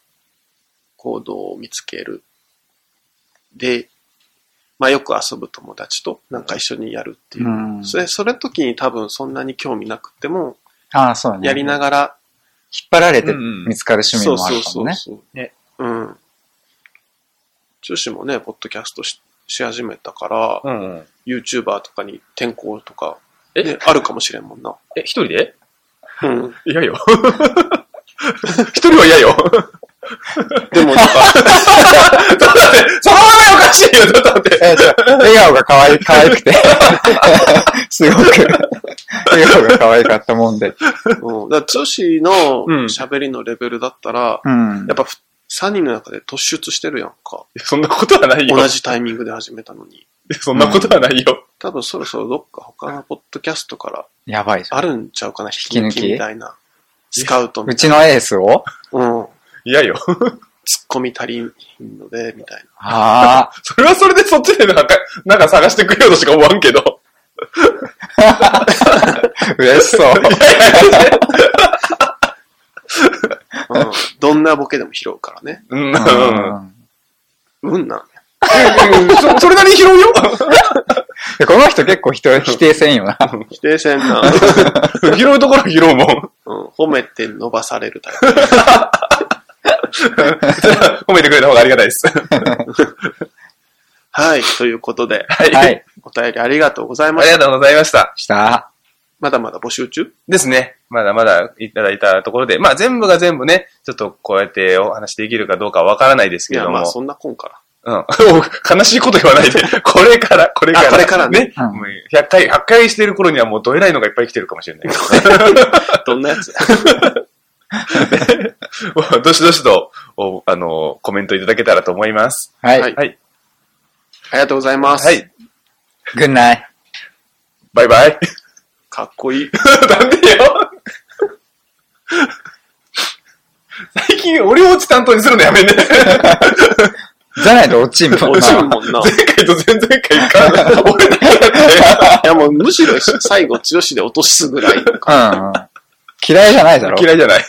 Speaker 2: 行動を見つける。で、まあよく遊ぶ友達となんか一緒にやるっていうう。
Speaker 3: ん。
Speaker 2: それ、それ時に多分そんなに興味なくても、
Speaker 3: ああ、そうだね。
Speaker 2: やりな
Speaker 3: が
Speaker 2: がら
Speaker 3: 引っ張られて
Speaker 1: うんうん
Speaker 3: 見つかる趣味
Speaker 2: そう
Speaker 3: もあ
Speaker 2: そ
Speaker 3: る
Speaker 2: う
Speaker 3: か
Speaker 2: そ
Speaker 3: も
Speaker 2: う
Speaker 3: ね。
Speaker 2: そう。
Speaker 1: ね
Speaker 2: うん。女子もね、ポッドキャストしし始めたから、
Speaker 1: うんうん。
Speaker 2: YouTuber とかに転校とか、
Speaker 1: え
Speaker 2: ね、あるかもしれんもんな。
Speaker 1: え、一人で (laughs)
Speaker 2: うん。
Speaker 1: 嫌よ。一人は嫌 (laughs) よ。
Speaker 2: でもなんか、
Speaker 1: そのままおかしいよ、ちょっと待って。
Speaker 3: えーと笑顔が可愛い、可愛くて。すごく。笑顔が可愛かったもんで。
Speaker 2: うん。だから、女子の
Speaker 1: うん
Speaker 2: 喋りのレベルだったら、
Speaker 3: うん
Speaker 2: や。っぱ3人の中で突出してるやんか。
Speaker 1: そんなことはないよ。
Speaker 2: 同じタイミングで始めたのに。
Speaker 1: そんなことはないよ。
Speaker 2: 多分そろそろどっか他のポッドキャストから
Speaker 3: やばいじゃん。
Speaker 2: あるんちゃうかな、
Speaker 3: き
Speaker 2: 引
Speaker 3: 抜き
Speaker 2: き抜きみたいな。スカウト
Speaker 3: う
Speaker 2: みた
Speaker 3: ち
Speaker 2: いな。
Speaker 3: のエースを
Speaker 2: うん。
Speaker 1: 嫌よ。
Speaker 2: ツッコミ足りんので、みたいな。
Speaker 3: ああ。
Speaker 1: それはそれでそっちでなんか、なんか探してくれようとしか思わんけど。
Speaker 3: 嬉しそう。
Speaker 2: うん。どんなボケでも拾うからね。
Speaker 1: うん。うん
Speaker 3: うん
Speaker 2: うんなんや。
Speaker 1: そそれなりに拾うよ。
Speaker 3: でこの人結構人否定せんよな。
Speaker 2: 否定せん
Speaker 1: (laughs)
Speaker 2: な。
Speaker 1: 拾うところは拾うもん。
Speaker 2: うん。褒めて伸ばされるタイ
Speaker 1: (laughs) 褒めてくれた方がありがたいです。
Speaker 2: プ。はい。ということで、
Speaker 1: は。
Speaker 3: はいい。
Speaker 2: お便りありがとうございま
Speaker 1: あ
Speaker 2: し
Speaker 1: り
Speaker 2: た。
Speaker 1: がとうございました。
Speaker 3: した。
Speaker 2: まだまだ募集中
Speaker 1: ですね。まだまだいただいたところで、まあ全部が全部ね、ちょっとこうやってお話できるかどうかはわからないです
Speaker 2: い
Speaker 1: けれ
Speaker 2: や、
Speaker 1: ども。
Speaker 2: まあそんなこんから。
Speaker 1: うん。 (laughs) 悲しいこと言わない
Speaker 2: (laughs)
Speaker 1: で。これから、これから。
Speaker 2: あこれからね
Speaker 1: ね。
Speaker 3: うん
Speaker 1: もう100回、100回してる頃にはもうどえらいのがいっぱい来てるかもしれない。
Speaker 2: どんなやつや
Speaker 1: もうどしどしと、おあの、コメントいただけたらと思います。
Speaker 3: は
Speaker 2: はい
Speaker 3: い。
Speaker 2: あ
Speaker 1: はい。
Speaker 2: りがとうございます。
Speaker 1: はい。
Speaker 3: ぐんない。
Speaker 1: バイバイ。 (laughs)
Speaker 2: かっこいい。
Speaker 1: なんでよ。
Speaker 2: (laughs)
Speaker 1: 最近、俺落ち担当にするのやめね。
Speaker 3: じゃないと落ちんもんな。
Speaker 2: 落ちるもんな。
Speaker 1: 前回と前々回か。俺だけだっ
Speaker 2: い
Speaker 1: て。
Speaker 2: やもうむしろ最後、強しで落とすぐらい。
Speaker 3: (laughs) うんうん。嫌いじゃないだろ。
Speaker 1: 嫌いじゃない。